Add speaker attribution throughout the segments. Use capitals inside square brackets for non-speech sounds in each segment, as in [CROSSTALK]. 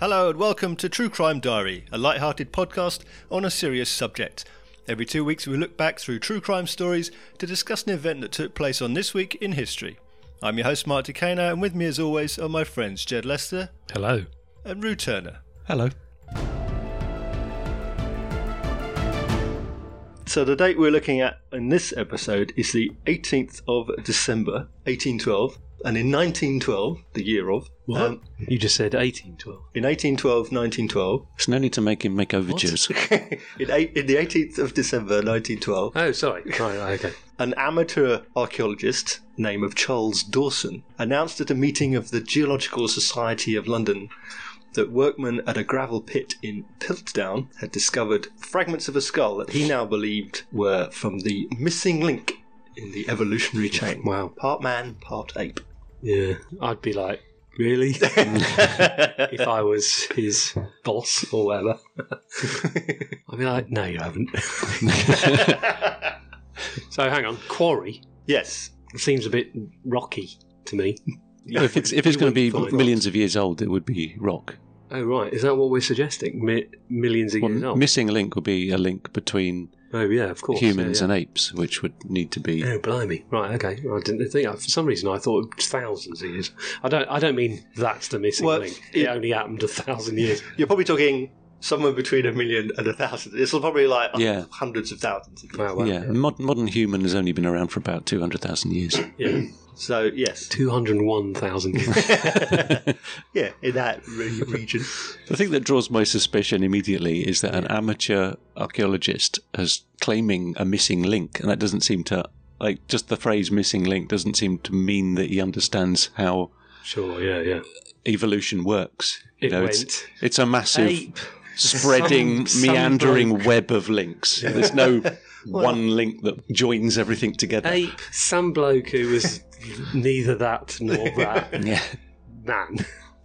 Speaker 1: Hello and welcome to True Crime Diary, a light-hearted podcast on a serious subject. Every two weeks, we look back through true crime stories to discuss an event that took place on this week in history. I'm your host, Mark Decano, and with me, as always, are my friends Jed Lester
Speaker 2: Hello.
Speaker 1: and Rue Turner.
Speaker 2: Hello.
Speaker 1: So, the date we're looking at in this episode is the 18th of December, 1812, and in 1912, the year of,
Speaker 2: What?
Speaker 1: um,
Speaker 2: you just said 1812.
Speaker 1: in 1812, 1912,
Speaker 3: There's no need to make him
Speaker 2: [LAUGHS]
Speaker 3: make overtures.
Speaker 1: in, eight, in the 18th of December, 1912,
Speaker 2: Oh, sorry. [LAUGHS] Right, okay.
Speaker 1: An amateur archaeologist name of Charles Dawson announced at a meeting of the Geological Society of London that workmen at a gravel pit in Piltdown had discovered fragments of a skull that he now believed were from the missing link in the evolutionary chain.
Speaker 2: Wow.
Speaker 1: Part man, part
Speaker 3: [LAUGHS]
Speaker 1: ape. [LAUGHS]
Speaker 2: Yeah. I'd be like, really? if I was his boss or [LAUGHS] whatever. I'd be like, no, you haven't. so hang on. Quarry
Speaker 1: yes.
Speaker 2: seems a bit rocky to me.
Speaker 3: if it's if it's going to be
Speaker 2: You wouldn't find
Speaker 3: millions of years old, it would be rock.
Speaker 2: Oh, right. Is that what we're suggesting? Mi- millions of
Speaker 3: Well,
Speaker 2: years old?
Speaker 3: missing link would be a link between
Speaker 2: oh, yeah, of course.
Speaker 3: humans
Speaker 2: yeah,
Speaker 3: and apes, which would need to be.
Speaker 2: yeah. Oh blimey! Right, okay. I didn't think. For some reason, I thought it was thousands of years. I don't. I don't mean that's the missing
Speaker 1: Well,
Speaker 2: link.
Speaker 1: it-
Speaker 2: it only happened a thousand years
Speaker 1: You're probably talking somewhere between a million and a thousand. It's probably like
Speaker 3: Yeah.
Speaker 1: hundreds of thousands of years.
Speaker 2: Wow, wow.
Speaker 3: yeah, Mod- modern human has only been around for about two hundred thousand
Speaker 2: [COUGHS]
Speaker 3: years.
Speaker 2: yeah.
Speaker 1: So, yes. [LAUGHS]
Speaker 2: 201,000.
Speaker 1: Yeah, in that re- region.
Speaker 3: The thing that draws my suspicion immediately is that an amateur archaeologist is claiming a missing link, and that doesn't seem to like just the phrase "missing link" doesn't seem to mean that he understands how
Speaker 2: sure, yeah, yeah.
Speaker 3: evolution works.
Speaker 2: It
Speaker 3: it's-
Speaker 2: went
Speaker 3: It's a massive
Speaker 2: ape.
Speaker 3: spreading,
Speaker 2: Some- some
Speaker 3: meandering
Speaker 2: bloke.
Speaker 3: web of links. There's [LAUGHS] no one link that joins everything together.
Speaker 2: Ape, some bloke who was neither that
Speaker 1: [LAUGHS]
Speaker 2: nor that
Speaker 3: Yeah,
Speaker 2: man.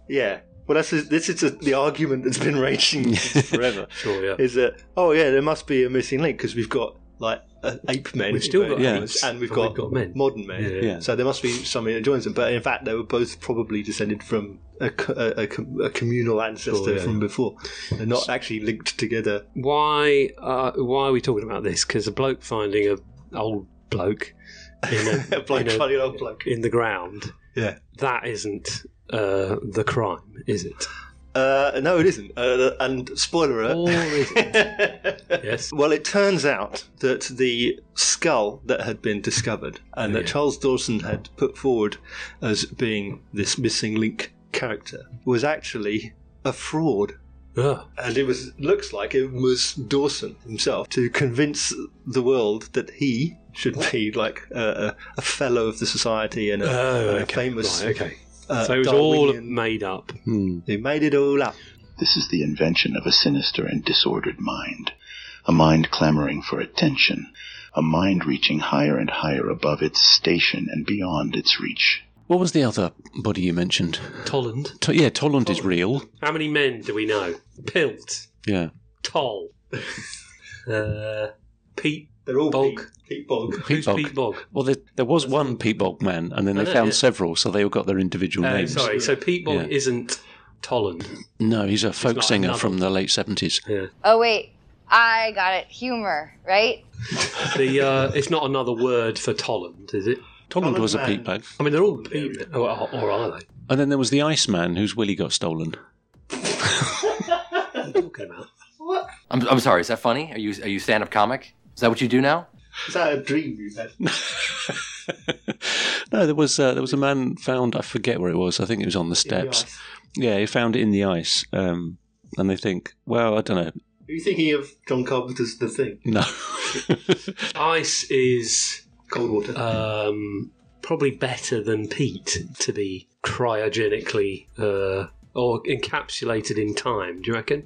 Speaker 1: Yeah. Well, that's this is the argument that's been raging forever.
Speaker 2: Sure, yeah.
Speaker 1: Is that oh yeah, there must be a missing link because we've got like uh, ape men,
Speaker 2: We've still got
Speaker 1: you know,
Speaker 2: apes,
Speaker 1: and we've
Speaker 2: but
Speaker 1: got,
Speaker 2: we've got men.
Speaker 1: modern men.
Speaker 2: Yeah, yeah.
Speaker 3: Yeah.
Speaker 1: So there must be something that joins them. But in fact, they were both probably descended from a, co- a, a com- a communal ancestor
Speaker 2: Sure, yeah.
Speaker 1: from before. They're not actually linked together. [LAUGHS]
Speaker 2: Why, uh, why are we talking about this? Because a bloke finding a old bloke in,
Speaker 1: [LAUGHS]
Speaker 2: a,
Speaker 1: A bloke,
Speaker 2: in, a-
Speaker 1: funny old bloke.
Speaker 2: in the ground,
Speaker 1: Yeah.
Speaker 2: that isn't uh, the crime, is it?
Speaker 1: Uh, no, it isn't. Uh, and spoiler
Speaker 2: Or
Speaker 1: alert.
Speaker 2: is it? Oh.
Speaker 1: [LAUGHS]
Speaker 2: Yes.
Speaker 1: Well, it turns out that the skull that had been discovered and that
Speaker 2: Yeah.
Speaker 1: Charles Dawson had put forward as being this missing link character was actually a fraud.
Speaker 2: Ugh.
Speaker 1: And it was looks like it was Dawson himself to convince the world that he should be like a, a- a fellow of the society and a,
Speaker 2: Oh,
Speaker 1: and a
Speaker 2: okay.
Speaker 1: famous.
Speaker 2: Right, okay.
Speaker 1: uh,
Speaker 2: So it was all
Speaker 1: Darwinian-
Speaker 2: made up.
Speaker 3: Hmm.
Speaker 1: He made it all up.
Speaker 4: This is the invention of a sinister and disordered mind, a mind clamoring for attention, a mind reaching higher and higher above its station and beyond its reach.
Speaker 3: What was the other body you mentioned?
Speaker 2: Tolland.
Speaker 3: To- yeah, Tolland is real.
Speaker 2: How many men do we know? Pilt.
Speaker 3: Yeah,
Speaker 2: Toll. uh, Pete.
Speaker 1: They're all
Speaker 2: Bog.
Speaker 1: Pete, Pete Bog.
Speaker 2: Who's
Speaker 3: Bog.
Speaker 2: Pete Bog?
Speaker 3: Well, there, there was one Pete Bog man, and then
Speaker 2: I
Speaker 3: they
Speaker 2: know,
Speaker 3: found
Speaker 2: yeah.
Speaker 3: several, so they all got their individual
Speaker 2: Oh,
Speaker 3: names.
Speaker 2: sorry. So Pete Bog
Speaker 3: Yeah.
Speaker 2: isn't Tolland.
Speaker 3: No, he's a folk
Speaker 2: not
Speaker 3: singer
Speaker 2: another-
Speaker 3: from the late seventies.
Speaker 2: Yeah.
Speaker 5: Oh wait, I got it. Humor, right?
Speaker 2: The uh, it's not another word for Tolland, is it?
Speaker 3: Tolland was a
Speaker 1: man.
Speaker 3: Pete Bog,
Speaker 2: I mean, they're all Pete, or, or are they?
Speaker 3: and then there was the Iceman, whose willy got stolen. [LAUGHS]
Speaker 2: What are you talking about?
Speaker 6: I'm, I'm sorry. Is that funny? Are you are you stand up comic? Is that what you do now?
Speaker 1: Is that a dream you've had?
Speaker 3: no, there was uh, there was a man found. I forget where it was. I think it was on the steps. Yeah, he found it in the ice. Um, and they think, well, I don't know.
Speaker 1: Are you thinking of John Carpenter's The Thing?
Speaker 3: No. [LAUGHS]
Speaker 2: Ice is
Speaker 1: Cold water.
Speaker 2: um, probably better than Pete to be cryogenically uh, or encapsulated in time. Do you reckon?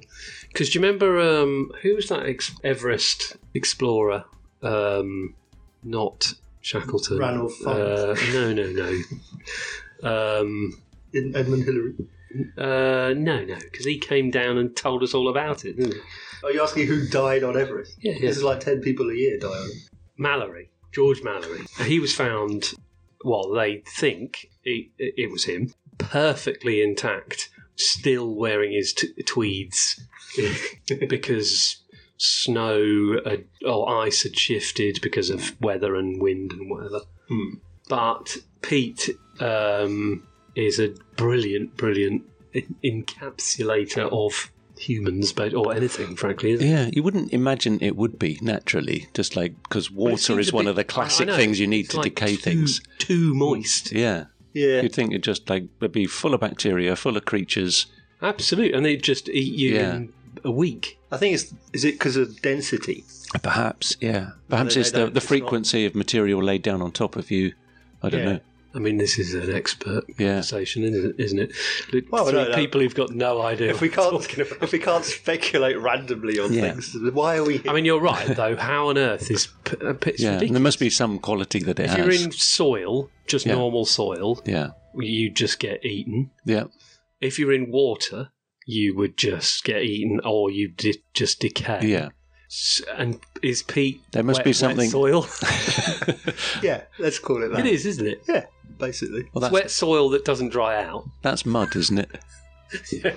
Speaker 2: Because do you remember um, who was that ex- Everest explorer? Um, not Shackleton.
Speaker 1: Ranulph Fiennes.
Speaker 2: Uh, no, no, no. Um,
Speaker 1: in Edmund Hillary.
Speaker 2: uh, no, no, because he came down and told us all about it. Didn't he?
Speaker 1: Are you asking who died on Everest?
Speaker 2: Yeah, yeah.
Speaker 1: This is like 10 people a year die on it.
Speaker 2: Mallory, George Mallory. He was found, well, they think it, it was him, perfectly intact, still wearing his t-
Speaker 1: [LAUGHS]
Speaker 2: tweeds because snow had, or ice had shifted because of weather and wind and whatever.
Speaker 1: Hmm.
Speaker 2: But Pete um, is a brilliant, brilliant en- encapsulator of humans, but or anything, frankly. Isn't he?
Speaker 3: Yeah, you wouldn't imagine it would be naturally, just like because water
Speaker 2: seems
Speaker 3: is
Speaker 2: a
Speaker 3: one
Speaker 2: bit-
Speaker 3: of the classic
Speaker 2: I know,
Speaker 3: things you need
Speaker 2: it's
Speaker 3: to
Speaker 2: like [LAUGHS]
Speaker 3: decay
Speaker 2: too-
Speaker 3: things.
Speaker 2: Too moist.
Speaker 3: Yeah,
Speaker 1: Yeah.
Speaker 3: you'd think it'd just like it'd be full of bacteria, full of creatures.
Speaker 2: Absolute, and they just eat you
Speaker 3: Yeah.
Speaker 2: in a week.
Speaker 1: I think it's is it because of density?
Speaker 3: Perhaps, yeah. Perhaps
Speaker 1: they
Speaker 3: it's the
Speaker 1: don't-
Speaker 3: the
Speaker 1: it's not-
Speaker 3: frequency of material laid down on top of you. I don't
Speaker 1: Yeah.
Speaker 3: know.
Speaker 2: I mean, this is an expert
Speaker 3: Yeah.
Speaker 2: conversation, isn't it? Isn't it? Look,
Speaker 1: Well,
Speaker 2: three
Speaker 1: no, no.
Speaker 2: people who've got no idea.
Speaker 1: If we can't
Speaker 2: what we're talking about.
Speaker 1: if we can't speculate randomly on
Speaker 3: Yeah.
Speaker 1: things, why are we? Here?
Speaker 2: I mean, you're
Speaker 3: [LAUGHS]
Speaker 2: right though. How on earth is p- uh, p- it's
Speaker 3: Yeah, and there
Speaker 2: ridiculous.
Speaker 3: must be some quality that it
Speaker 2: If
Speaker 3: has.
Speaker 2: you're in soil, just
Speaker 3: Yeah.
Speaker 2: normal soil,
Speaker 3: yeah,
Speaker 2: you just get eaten.
Speaker 3: yeah,
Speaker 2: If you're in water, you would just get eaten, or you di- just decay.
Speaker 3: yeah.
Speaker 2: S- And is Pete?
Speaker 3: There must
Speaker 2: wet-
Speaker 3: be
Speaker 2: wet
Speaker 3: something-
Speaker 2: soil. [LAUGHS]
Speaker 1: yeah, let's call it that.
Speaker 2: it is, isn't it?
Speaker 1: Yeah, basically.
Speaker 3: [LAUGHS]
Speaker 1: [LAUGHS]
Speaker 2: It's
Speaker 3: Well, that's
Speaker 2: wet soil that doesn't dry
Speaker 3: [LAUGHS]
Speaker 2: out.
Speaker 3: that's mud, isn't it?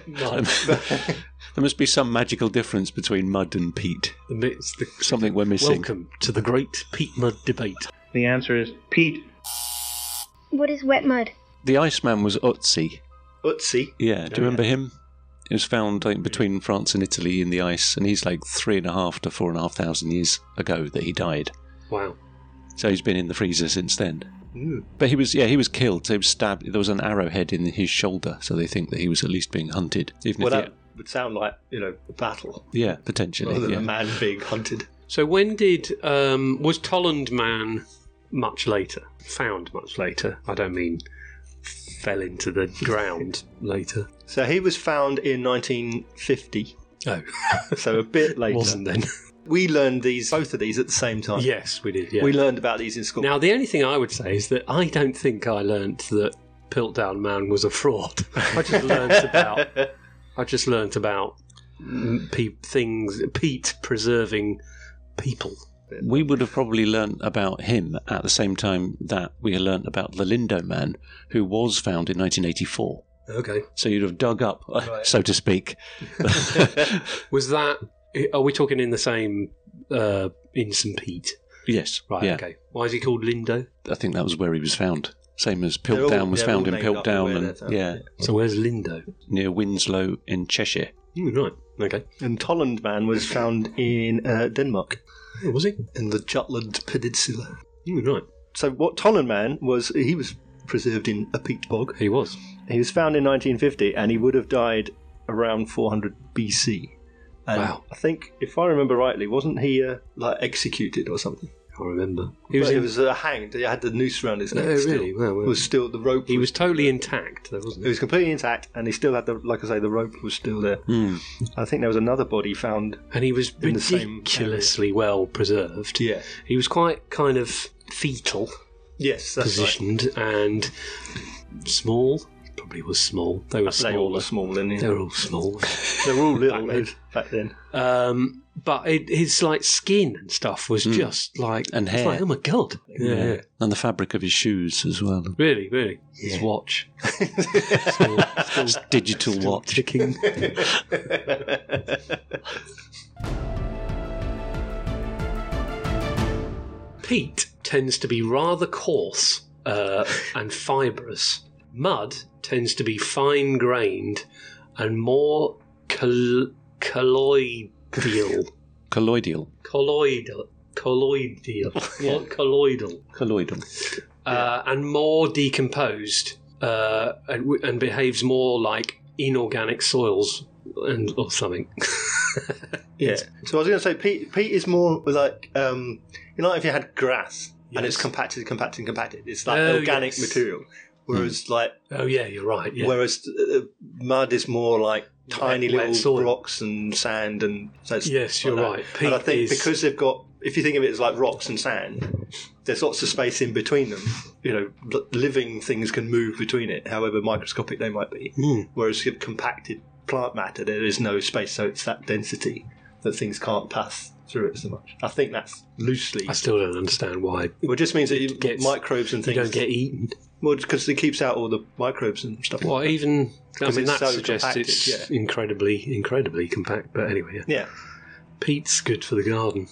Speaker 2: no,
Speaker 3: [LAUGHS]
Speaker 2: [LAUGHS]
Speaker 3: There must be some magical difference between mud and peat.
Speaker 2: it's the
Speaker 3: Something we're missing.
Speaker 2: Welcome to the great peat mud debate.
Speaker 7: The answer is Pete.
Speaker 8: What is wet mud?
Speaker 3: The Iceman was Otzi.
Speaker 1: Utsi.
Speaker 3: Yeah, do you remember him? He was found like, between France and Italy in the ice, and he's like three and a half to four and a half thousand years ago that he died.
Speaker 2: Wow.
Speaker 3: So he's been in the freezer since then.
Speaker 1: Hmm.
Speaker 3: But he was, yeah, he was killed. So he was stabbed. There was an arrowhead in his shoulder, so they think that he was at least being hunted. Even
Speaker 1: Well,
Speaker 3: if,
Speaker 1: that would sound like you know a battle
Speaker 3: he, yeah,
Speaker 1: rather
Speaker 3: potentially.
Speaker 1: than a
Speaker 3: Yeah.
Speaker 1: man being hunted.
Speaker 2: So when did um, was Tolland Man much later found? Much later. I don't mean fell into the ground [LAUGHS] later.
Speaker 1: So he was found in 1950.
Speaker 2: Oh,
Speaker 1: [LAUGHS] So a bit later.
Speaker 2: wasn't
Speaker 3: [LAUGHS]
Speaker 2: then.
Speaker 1: We learned these both of these at the same time.
Speaker 2: yes, we did. Yeah.
Speaker 1: We learned about these in school.
Speaker 2: now the only thing I would say is that I don't think I learnt that Piltdown Man was a fraud. [LAUGHS] I just learnt about I just learnt about mm, pe- things Pete preserving people.
Speaker 3: We would have probably learnt about him at the same time that we had learnt about the Lindo Man, who was found in 1984.
Speaker 2: Okay.
Speaker 3: So you'd have dug up, [LAUGHS] so
Speaker 1: [LAUGHS]
Speaker 3: to speak. [LAUGHS]
Speaker 2: Was that? Are we talking in the same uh, in St. Pete?
Speaker 3: yes,
Speaker 2: Right.
Speaker 3: yeah.
Speaker 2: Okay. Why is he called Lindo?
Speaker 3: I think that was where he was found. Same as
Speaker 1: They're all-
Speaker 3: Piltdown was
Speaker 1: they're
Speaker 3: found
Speaker 1: all
Speaker 3: in
Speaker 1: named after
Speaker 3: Piltdown,
Speaker 1: where
Speaker 3: and
Speaker 1: they're found,
Speaker 3: yeah,
Speaker 2: So where's Lindo?
Speaker 3: near Winslow in Cheshire.
Speaker 2: Mm, right. Okay.
Speaker 1: And Tolland Man was found in uh, Denmark,
Speaker 2: Oh, was he?
Speaker 1: in the Jutland Peninsula.
Speaker 2: Mm, right.
Speaker 1: So what Tolland Man was, he was preserved in a peat bog.
Speaker 2: He was.
Speaker 1: He was found in 1950, and he would have died around 400 BC. And
Speaker 2: Wow.
Speaker 1: I think, if I remember rightly, wasn't he uh, like executed or something?
Speaker 2: I remember.
Speaker 1: He was,
Speaker 2: in-
Speaker 1: he was uh, hanged. He had the noose around his neck.
Speaker 2: Oh,
Speaker 1: still.
Speaker 2: really? Wow, wow.
Speaker 1: It was still the rope.
Speaker 2: He was totally intact, though, wasn't
Speaker 1: It
Speaker 2: he?
Speaker 1: was completely intact, and he still had the, like I say, the rope was still there. I think there was another body found.
Speaker 2: And he was
Speaker 1: In the same
Speaker 2: ridiculously well preserved.
Speaker 1: Yeah.
Speaker 2: He was quite kind of fetal
Speaker 1: Yes, that's right.
Speaker 2: positioned and small. Probably was small. They were
Speaker 1: They all were
Speaker 2: smaller.
Speaker 1: small, and
Speaker 2: They were all small.
Speaker 1: they were all little
Speaker 2: Back then.
Speaker 1: back then.
Speaker 2: Um, but it, his like skin and stuff was just like
Speaker 3: And
Speaker 2: it's
Speaker 3: hair.
Speaker 2: Like, oh my god! Yeah, Hmm. yeah.
Speaker 3: And the fabric of his shoes as well.
Speaker 1: [LAUGHS]
Speaker 2: really, really. His watch,
Speaker 3: His digital watch.
Speaker 2: ticking. [LAUGHS] Peat tends to be rather coarse [LAUGHS] uh, and fibrous. Mud tends to be fine grained and more col- colloidal.
Speaker 3: [LAUGHS]
Speaker 2: [LAUGHS]
Speaker 3: Colloidal.
Speaker 2: colloidal. Colloidal. What? Colloidal.
Speaker 3: Colloidal.
Speaker 2: uh, and more decomposed uh, and, w- and behaves more like inorganic soils and or something. [LAUGHS]
Speaker 1: Yeah. So I was going to say, Pete, Pete is more like, um, you know, if you had grass and it's compacted, compacted, compacted, it's like
Speaker 2: Oh,
Speaker 1: organic
Speaker 2: yes.
Speaker 1: material. Whereas, like,
Speaker 2: oh yeah, you're right. Yeah.
Speaker 1: whereas uh, mud is more like tiny
Speaker 2: Wet- wet
Speaker 1: little
Speaker 2: soil.
Speaker 1: blocks and sand, and so it's
Speaker 2: Yes,
Speaker 1: like
Speaker 2: you're
Speaker 1: that.
Speaker 2: right.
Speaker 1: and I
Speaker 2: Peat
Speaker 1: think
Speaker 2: is-
Speaker 1: because they've got, if you think of it as like rocks and sand, there's lots of space in between them. You know, l- living things can move between it, however microscopic they might be.
Speaker 2: Hmm.
Speaker 1: Whereas with compacted plant matter, there is no space, so it's that density that things can't pass through it so much. I think that's loosely.
Speaker 2: I still don't understand why it
Speaker 1: Well, it just means that you,
Speaker 2: Gets-
Speaker 1: microbes and
Speaker 2: you
Speaker 1: things.
Speaker 2: don't get eaten.
Speaker 1: well, because it keeps out all the microbes and stuff.
Speaker 2: Well, even I
Speaker 1: 'Cause
Speaker 2: mean
Speaker 1: it's
Speaker 2: that
Speaker 1: so
Speaker 2: suggests
Speaker 1: compacted,
Speaker 2: it's
Speaker 1: yeah.
Speaker 2: incredibly, incredibly compact. But anyway, yeah.
Speaker 1: Yeah.
Speaker 2: peat's good for
Speaker 1: [LAUGHS]
Speaker 2: the garden,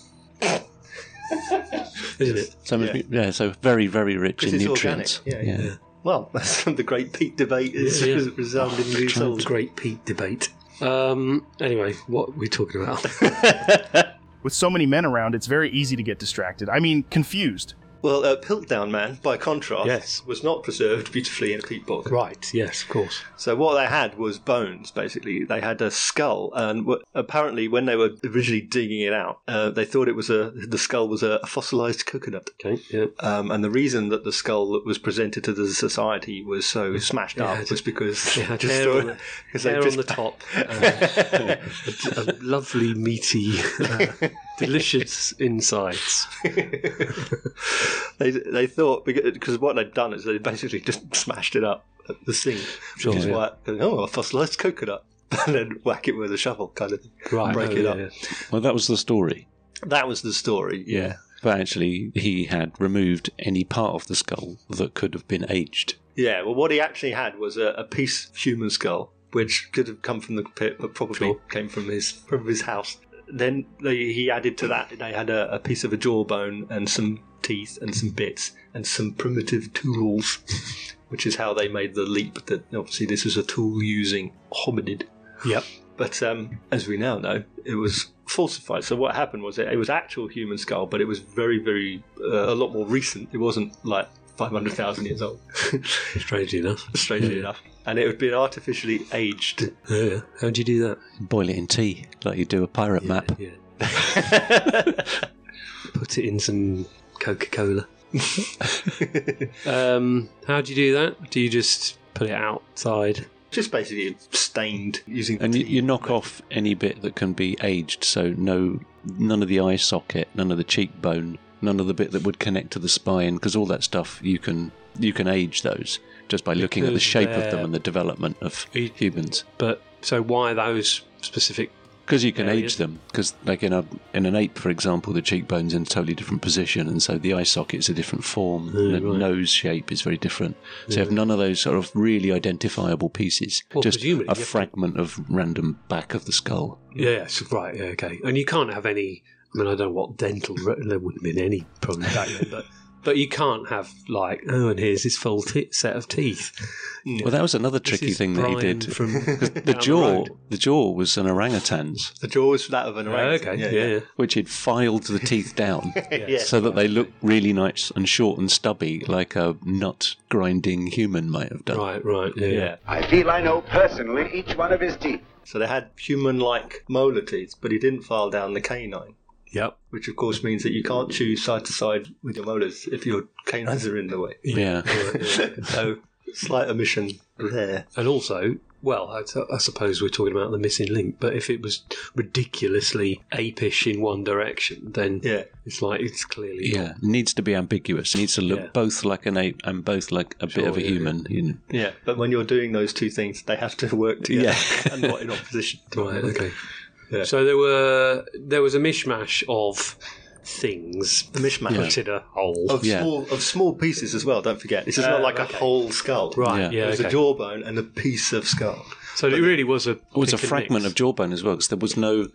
Speaker 2: isn't it?
Speaker 3: So
Speaker 1: Yeah.
Speaker 3: yeah. yeah, so very very rich
Speaker 1: Because
Speaker 3: in
Speaker 1: it's
Speaker 3: nutrients.
Speaker 1: organic, yeah, Well, [LAUGHS] that's the great peak debate is
Speaker 2: Yeah, yeah.
Speaker 1: [LAUGHS] resoundingly
Speaker 2: The
Speaker 1: solved.
Speaker 2: great peat debate. Um, anyway, what are we talking about? [LAUGHS]
Speaker 7: With so many men around, it's very easy to get distracted. I mean, confused.
Speaker 1: Well, uh, Piltdown Man, by contrast,
Speaker 2: Yes.
Speaker 1: was not preserved beautifully in a peat bog.
Speaker 2: right? Yes, of course.
Speaker 1: So what they had was bones, basically. They had a skull, and w- apparently, when they were originally digging it out, uh, they thought it was a the skull was a fossilized coconut.
Speaker 2: Okay. Yeah.
Speaker 1: Um, and the reason that the skull that was presented to the society was so smashed
Speaker 2: Yeah,
Speaker 1: up
Speaker 2: it-
Speaker 1: was because
Speaker 2: It
Speaker 1: [LAUGHS]
Speaker 2: had
Speaker 1: just
Speaker 2: hair,
Speaker 1: thought-
Speaker 2: on, [LAUGHS] the,
Speaker 1: 'cause they
Speaker 2: hair
Speaker 1: just-
Speaker 2: on the [LAUGHS] top, and [LAUGHS] a, a lovely meaty, uh, delicious insides.
Speaker 1: [LAUGHS] they they thought because what they'd done is they basically just smashed it up at the sink,
Speaker 3: Sure,
Speaker 1: which is
Speaker 3: yeah.
Speaker 1: why oh a fossilized coconut, [LAUGHS] and then whack it with a shovel kind of. thing.
Speaker 2: Right.
Speaker 1: Break it up.
Speaker 3: Well, that was the story.
Speaker 1: That was the story.
Speaker 3: Yeah. But actually, he had removed any part of the skull that could have been aged.
Speaker 1: Yeah, well, what he actually had was a, a piece human skull, which could have come from the pit, but probably
Speaker 2: Sure.
Speaker 1: came from his from his house. Then they, he added to that, they had a, a piece of a jawbone and some teeth and some bits and some primitive tools, [LAUGHS] which is how they made the leap. That obviously this was a tool using hominid.
Speaker 2: Yep.
Speaker 1: But um, as we now know, it was falsified. So what happened was it, it was actual human skull, but it was very, very uh, a lot more recent. It wasn't like five hundred thousand years old. [LAUGHS]
Speaker 2: Strangely enough.
Speaker 1: strangely
Speaker 2: Yeah.
Speaker 1: enough. And it would be artificially
Speaker 2: [LAUGHS]
Speaker 1: aged.
Speaker 2: Yeah. How'd you do that?
Speaker 3: Boil it in tea, like you do a pirate map.
Speaker 2: Yeah. Put it in some Coca Cola. um, how do you do that? Do you just put it outside?
Speaker 1: Just basically stained using
Speaker 3: And you,
Speaker 1: tea.
Speaker 3: you knock off any bit that can be aged, so no, none of the eye socket, none of the cheekbone, none of the bit that would connect to the spine, because all that stuff you can you can age those just by looking at the
Speaker 2: Because
Speaker 3: shape of them
Speaker 2: they're-
Speaker 3: and the development of
Speaker 2: Eat-
Speaker 3: humans.
Speaker 2: But so why those specific?
Speaker 3: Because you can
Speaker 2: Areas.
Speaker 3: age them, because like in a in an ape, for example, the cheekbone's in a totally different position, and so the eye socket's a different form,
Speaker 2: Mm,
Speaker 3: and the
Speaker 2: right.
Speaker 3: nose shape is very different. So you have
Speaker 2: Yeah.
Speaker 3: none of those sort of really identifiable pieces,
Speaker 2: Well,
Speaker 3: just
Speaker 2: presumably you
Speaker 3: a
Speaker 2: have to-
Speaker 3: fragment of random back of the skull.
Speaker 2: Yes, right. Yeah, okay. And you can't have any. I mean, I don't know what dental. There wouldn't have been any probably back then, but [LAUGHS] but you can't have like oh, and here's his full t- set of teeth.
Speaker 3: Well, that was another
Speaker 2: This
Speaker 3: Mm. tricky
Speaker 2: is
Speaker 3: thing that he
Speaker 2: Brian
Speaker 3: did.
Speaker 2: from down
Speaker 3: [LAUGHS] the jaw, Oh,
Speaker 2: road. Oh,
Speaker 3: the jaw was an orangutan's,
Speaker 1: the jaw was that of an orangutan.
Speaker 2: Ah, okay. Yeah. yeah.
Speaker 3: which he'd filed the teeth down
Speaker 1: yeah.
Speaker 2: [LAUGHS] Yeah.
Speaker 3: so that they looked really nice and short and stubby, like a nut grinding human might have done.
Speaker 2: Right. Right. Yeah.
Speaker 1: Yeah.
Speaker 9: I feel I know personally each one of his teeth.
Speaker 1: So they had human-like molar teeth, but he didn't file down the canine,
Speaker 2: Yep.
Speaker 1: which of course means that you can't chew side to side with your molars if your canines are in the way.
Speaker 3: Yeah.
Speaker 2: Right,
Speaker 1: [LAUGHS]
Speaker 2: yeah.
Speaker 1: so slight omission there.
Speaker 2: And also, well, I, I suppose we're talking about the missing link, but if it was ridiculously apish in one direction, then
Speaker 1: Yeah.
Speaker 2: it's like it's clearly
Speaker 3: Yeah, needs to be ambiguous. Needs to look
Speaker 2: Yeah.
Speaker 3: both like an ape and both like a bit
Speaker 2: Sure,
Speaker 3: of a
Speaker 2: yeah,
Speaker 3: human. You know.
Speaker 1: Yeah. But when you're doing those two things, they have to work together
Speaker 3: Yeah.
Speaker 1: and not in opposition. to one
Speaker 2: Right.
Speaker 1: another.
Speaker 2: Okay.
Speaker 1: Yeah.
Speaker 2: So there were there was a mishmash of things
Speaker 1: The mishmash.
Speaker 2: put in a hole.
Speaker 1: Of
Speaker 3: Yeah.
Speaker 1: small of small pieces as well. Don't forget, this is not
Speaker 2: Oh,
Speaker 1: like
Speaker 2: okay.
Speaker 1: a whole skull.
Speaker 2: right.
Speaker 3: Yeah.
Speaker 2: Yeah.
Speaker 1: It was
Speaker 2: okay.
Speaker 1: a jawbone and a piece of skull.
Speaker 2: so it really was a
Speaker 3: It was a
Speaker 2: pick and
Speaker 3: fragment
Speaker 2: mix.
Speaker 3: of jawbone as well, because there was no,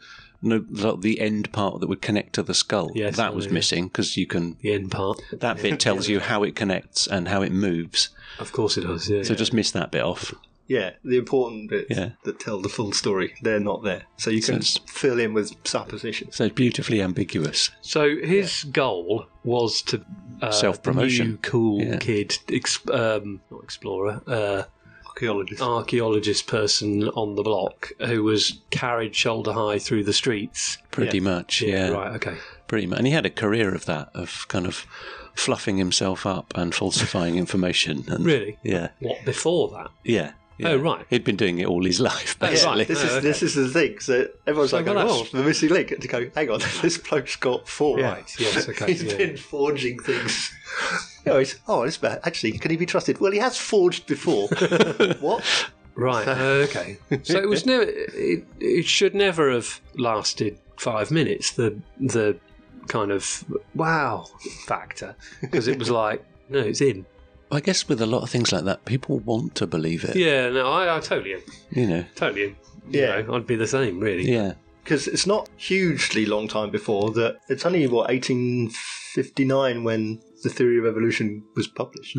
Speaker 3: no like the end part that would connect to the skull.
Speaker 2: Yes,
Speaker 3: that
Speaker 2: I
Speaker 3: was
Speaker 2: know, yeah.
Speaker 3: missing because you can.
Speaker 2: the end part.
Speaker 3: That bit tells you how it connects and how it moves.
Speaker 2: Of course it does. Yeah.
Speaker 3: So just miss that bit off.
Speaker 1: Yeah, the important bits
Speaker 3: Yeah.
Speaker 1: that tell the full story, they're not there. So you can
Speaker 3: So
Speaker 1: fill in with suppositions.
Speaker 3: So beautifully ambiguous.
Speaker 2: So his goal was to uh,
Speaker 3: Self-promotion.
Speaker 2: new cool
Speaker 3: Yeah.
Speaker 2: kid, ex- um, not explorer, uh,
Speaker 1: Archaeologists.
Speaker 2: archaeologist person on the block who was carried shoulder high through the streets.
Speaker 3: Pretty much, yeah.
Speaker 2: Right. Okay.
Speaker 3: Pretty much. And he had a career of that, of kind of fluffing himself up and falsifying [LAUGHS] information. And,
Speaker 2: Really?
Speaker 3: Yeah.
Speaker 2: What before that?
Speaker 3: Yeah. yeah.
Speaker 2: Oh, right.
Speaker 3: He'd been doing it all his [LAUGHS] life,
Speaker 2: Oh, right.
Speaker 3: basically.
Speaker 1: This
Speaker 2: Oh,
Speaker 1: is
Speaker 2: okay.
Speaker 1: this is the thing. So everyone's
Speaker 2: So,
Speaker 1: like,
Speaker 2: well,
Speaker 1: "Oh,
Speaker 2: that's-
Speaker 1: the missing link." And to go, hang on, [LAUGHS] this bloke's got four
Speaker 2: Yeah.
Speaker 1: right. [LAUGHS]
Speaker 2: Yes, okay,
Speaker 1: he's
Speaker 2: yeah.
Speaker 1: been forging things. [LAUGHS] you know, he's, oh, this man actually can he be trusted? Well, he has forged
Speaker 2: [LAUGHS]
Speaker 1: before. what?
Speaker 2: Right. okay. So it was never. It, it should never have lasted five minutes the the kind of wow factor because it was like no, it's in.
Speaker 3: I guess with a lot of things like that, people want to believe it.
Speaker 2: Yeah, no, I, I totally am.
Speaker 3: You know.
Speaker 2: Totally am.
Speaker 1: Yeah.
Speaker 2: You know, I'd be the same, really.
Speaker 3: Yeah.
Speaker 1: because it's not hugely long time before that. It's only what 1859 when the theory of evolution was published.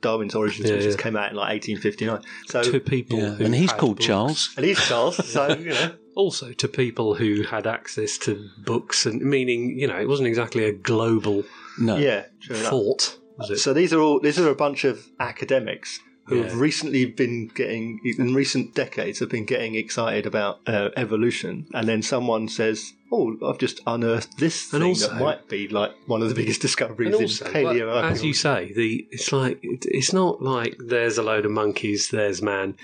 Speaker 1: Darwin's Origin
Speaker 2: Mm-hmm. Yeah,
Speaker 1: Species
Speaker 2: yeah.
Speaker 1: came out in like 1859. So
Speaker 2: To people,
Speaker 3: yeah.
Speaker 2: who
Speaker 3: And he's
Speaker 2: had
Speaker 3: called
Speaker 2: books.
Speaker 3: Charles.
Speaker 1: and he's Charles, so you
Speaker 2: [LAUGHS]
Speaker 1: know.
Speaker 2: Also, to people who had access to books, and meaning, you know, it wasn't exactly a global
Speaker 3: No.
Speaker 1: Yeah, sure enough.
Speaker 2: thought. Was Uh, it?
Speaker 1: So these are all these are a bunch of academics who
Speaker 2: Yeah.
Speaker 1: have recently been getting in recent decades have been getting excited about uh, evolution, and then someone says, "Oh, I've just unearthed this
Speaker 2: And
Speaker 1: thing
Speaker 2: also-
Speaker 1: that might be like one of the biggest discoveries
Speaker 2: and also,
Speaker 1: in
Speaker 2: like,
Speaker 1: paleo."
Speaker 2: as you say, the it's like it, it's not like there's a load of monkeys, there's man,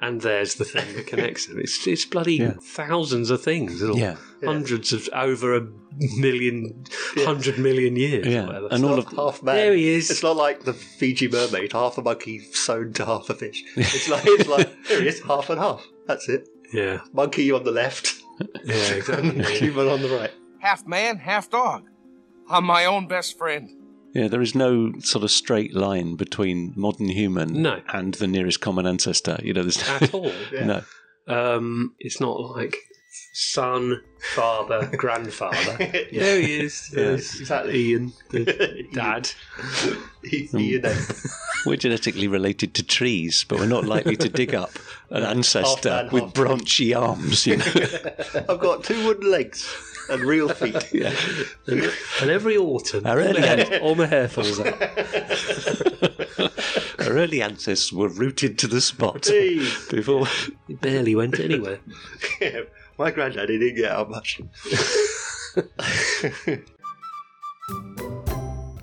Speaker 2: and there's the thing that connects them. It's it's bloody
Speaker 3: Yeah.
Speaker 2: thousands of things, or
Speaker 3: Yeah.
Speaker 2: hundreds of over a million, hundred million years,
Speaker 3: Yeah.
Speaker 2: or whatever.
Speaker 3: And all of
Speaker 1: half man.
Speaker 2: There he is.
Speaker 1: It's not like the Fiji mermaid, half a monkey sewn to half a fish. It's like it's like there he is, half and half. That's it.
Speaker 2: yeah,
Speaker 1: Monkey on the left,
Speaker 2: [LAUGHS] yeah, exactly.
Speaker 1: human on the right.
Speaker 10: Half man, half dog. I'm my own best friend.
Speaker 3: Yeah, there is no sort of straight line between modern human
Speaker 2: No.
Speaker 3: and the nearest common ancestor. You know, there's
Speaker 2: At [LAUGHS] all,
Speaker 1: Yeah.
Speaker 3: [LAUGHS] no.
Speaker 2: um, it's not like son, father, [LAUGHS] grandfather. There he is. There's
Speaker 1: exactly.
Speaker 2: Ian, the [LAUGHS] dad.
Speaker 1: He- he and them.
Speaker 3: We're genetically related to trees, but we're not likely to dig up
Speaker 2: [LAUGHS]
Speaker 3: an ancestor
Speaker 1: Half man,
Speaker 3: with
Speaker 1: half
Speaker 3: branchy arms. You know? [LAUGHS]
Speaker 1: I've got two wooden legs and real feet.
Speaker 3: yeah.
Speaker 2: And every autumn,
Speaker 3: Our early, an-
Speaker 2: all my hair falls out.
Speaker 3: [LAUGHS] our early ancestors were rooted to the spot
Speaker 1: Hey.
Speaker 3: before.
Speaker 2: It barely went anywhere.
Speaker 1: [LAUGHS] My granddad he didn't get out much.
Speaker 11: [LAUGHS]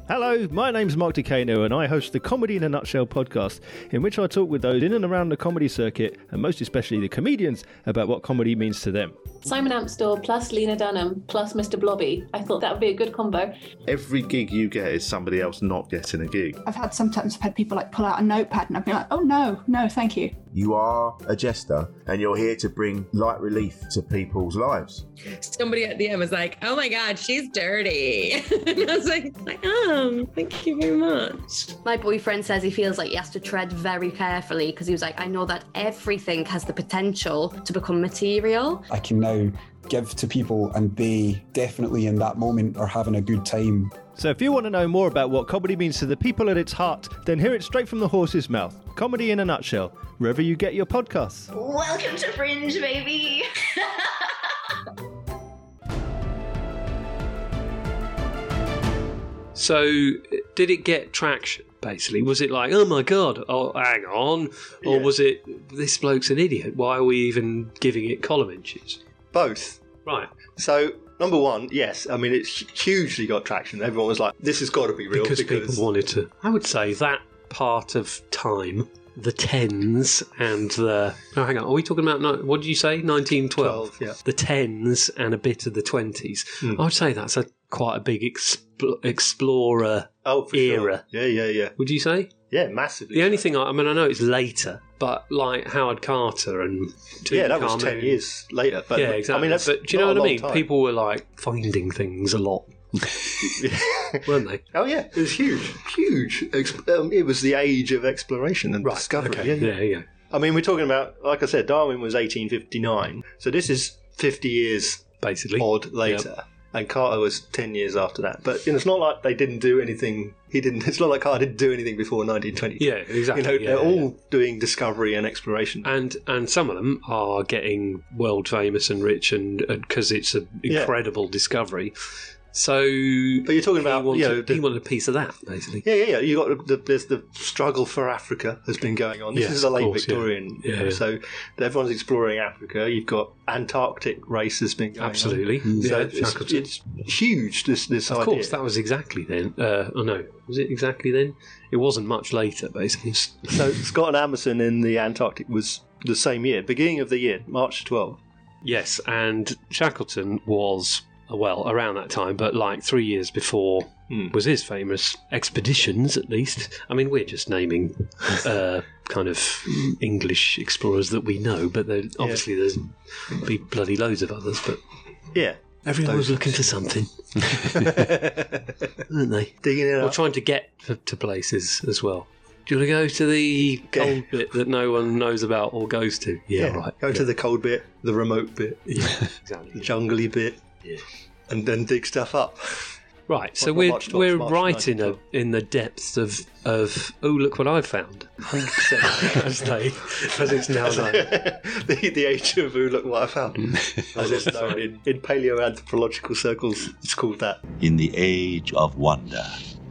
Speaker 11: Hello, my name's Mark Decano, and I host the Comedy in a Nutshell podcast, in which I talk with those in and around the comedy circuit, and most especially the comedians, about what comedy means to them.
Speaker 10: Simon Amstor plus Lena Dunham plus Mr. Blobby. I thought that would be a good combo.
Speaker 9: Every gig you get is somebody else not getting a gig.
Speaker 8: I've had sometimes I've had people like pull out a notepad and I've been like, oh no, no, thank you.
Speaker 10: You are a jester and you're here to bring light relief to people's lives.
Speaker 5: Somebody at the end was like, "Oh my God, she's dirty," and I was like, "I am. Thank you very much." My boyfriend says he feels like he has to tread very carefully because he was like, "I know that everything has the potential to become material."
Speaker 10: I can now give to people, and they definitely in that moment are having a good time.
Speaker 11: So if you want to know more about what comedy means to the people at its heart, then hear it straight from the horse's mouth. Comedy in a Nutshell, wherever you get your podcasts.
Speaker 8: Welcome to Fringe, baby.
Speaker 2: [LAUGHS] So, did it get traction? Basically, was it like, oh my god, oh hang on, or
Speaker 1: Yeah.
Speaker 2: was it this bloke's an idiot? Why are we even giving it column inches?
Speaker 1: Both.
Speaker 2: Right,
Speaker 1: So number one, yes, I mean it's hugely got traction. Everyone was like, "This has got to be real,"
Speaker 2: because, people wanted to. I would say that part of time, the tens and the. Oh, hang on, are we talking about ni- what did you say? Nineteen twelve. Hmm.
Speaker 1: 12, yeah.
Speaker 2: The tens and a bit of the twenties. I would say that's a quite a big expl- explorer.
Speaker 1: oh, for
Speaker 2: era.
Speaker 1: Sure. Yeah, yeah, yeah,
Speaker 2: Would you say?
Speaker 1: yeah, massively.
Speaker 2: The only thing I, I mean, I know it's later, but like Howard Carter and Tutankhamun.
Speaker 1: yeah, that was ten years later. But
Speaker 2: yeah, exactly.
Speaker 1: I mean, that's
Speaker 2: but do you
Speaker 1: not a
Speaker 2: know what I
Speaker 1: long
Speaker 2: mean?
Speaker 1: time.
Speaker 2: People were like finding things
Speaker 1: [LAUGHS]
Speaker 2: a lot, weren't they?
Speaker 1: oh yeah, it was huge, huge. Ex- um, it was the age of exploration and discovery.
Speaker 2: Okay.
Speaker 1: Yeah, yeah.
Speaker 2: There you go.
Speaker 1: I mean, we're talking about, like I said, Darwin was 1859, so this is 50 years
Speaker 2: Basically.
Speaker 1: odd later. And Carter was 10 years after that. But you know, it's not like they didn't do anything. He didn't. [LAUGHS] It's not like Carter didn't do anything before 1920.
Speaker 2: Yeah,
Speaker 1: [LAUGHS]
Speaker 2: exactly.
Speaker 1: You know,
Speaker 2: Yeah,
Speaker 1: they're
Speaker 2: yeah,
Speaker 1: all doing discovery and exploration.
Speaker 2: and and some of them are getting world famous and rich and because it's an
Speaker 1: Yeah.
Speaker 2: incredible discovery. So,
Speaker 1: but you're talking about,
Speaker 2: he wanted,
Speaker 1: you know, the-
Speaker 2: he wanted a piece of that basically.
Speaker 1: yeah, yeah, yeah. You got the, there's the struggle for Africa has been going on. This
Speaker 2: Yes,
Speaker 1: is the
Speaker 2: of
Speaker 1: late
Speaker 2: course, yeah.
Speaker 1: Victorian,
Speaker 2: Yeah,
Speaker 1: you know,
Speaker 2: yeah.
Speaker 1: so everyone's exploring Africa. You've got Antarctic race has been going on.
Speaker 2: Absolutely.
Speaker 1: So
Speaker 2: Yeah,
Speaker 1: it's,
Speaker 2: Shackleton.
Speaker 1: it's huge. This this
Speaker 2: Of
Speaker 1: idea.
Speaker 2: course, that was exactly then. Uh, oh no, was it exactly then? It wasn't much later, basically. [LAUGHS]
Speaker 1: So Scott and Amundsen in the Antarctic was the same year, beginning of the year, March 12.
Speaker 2: yes, and Shackleton was uh, well around that time, but like three years before
Speaker 1: Hmm.
Speaker 2: was his famous expeditions. At least, I mean, we're just naming uh, kind of English explorers that we know, but there, obviously there's be bloody loads of others. But
Speaker 1: Yeah.
Speaker 2: Everyone's looking for
Speaker 1: [LAUGHS]
Speaker 2: something, aren't they?
Speaker 1: Digging it
Speaker 2: Or trying to get to, to places as well. Do you want to go to the cold bit that no one knows about or goes to? Yeah, right.
Speaker 1: Go
Speaker 2: yeah.
Speaker 1: to the cold bit, the remote bit,
Speaker 2: [LAUGHS] exactly.
Speaker 1: the jungly bit, and then dig stuff up.
Speaker 2: Right, so
Speaker 1: Like
Speaker 2: we're
Speaker 1: Watch Dogs,
Speaker 2: we're
Speaker 1: March
Speaker 2: right
Speaker 1: 9th.
Speaker 2: in a, in the depths of of oh look what I've found. Hundred percent [LAUGHS] as they as it's now
Speaker 1: [LAUGHS]
Speaker 2: known.
Speaker 1: the, the age of ooh, look what I
Speaker 2: [LAUGHS]
Speaker 1: found. As it's known in, in paleoanthropological circles, it's called that.
Speaker 12: in the age of wonder.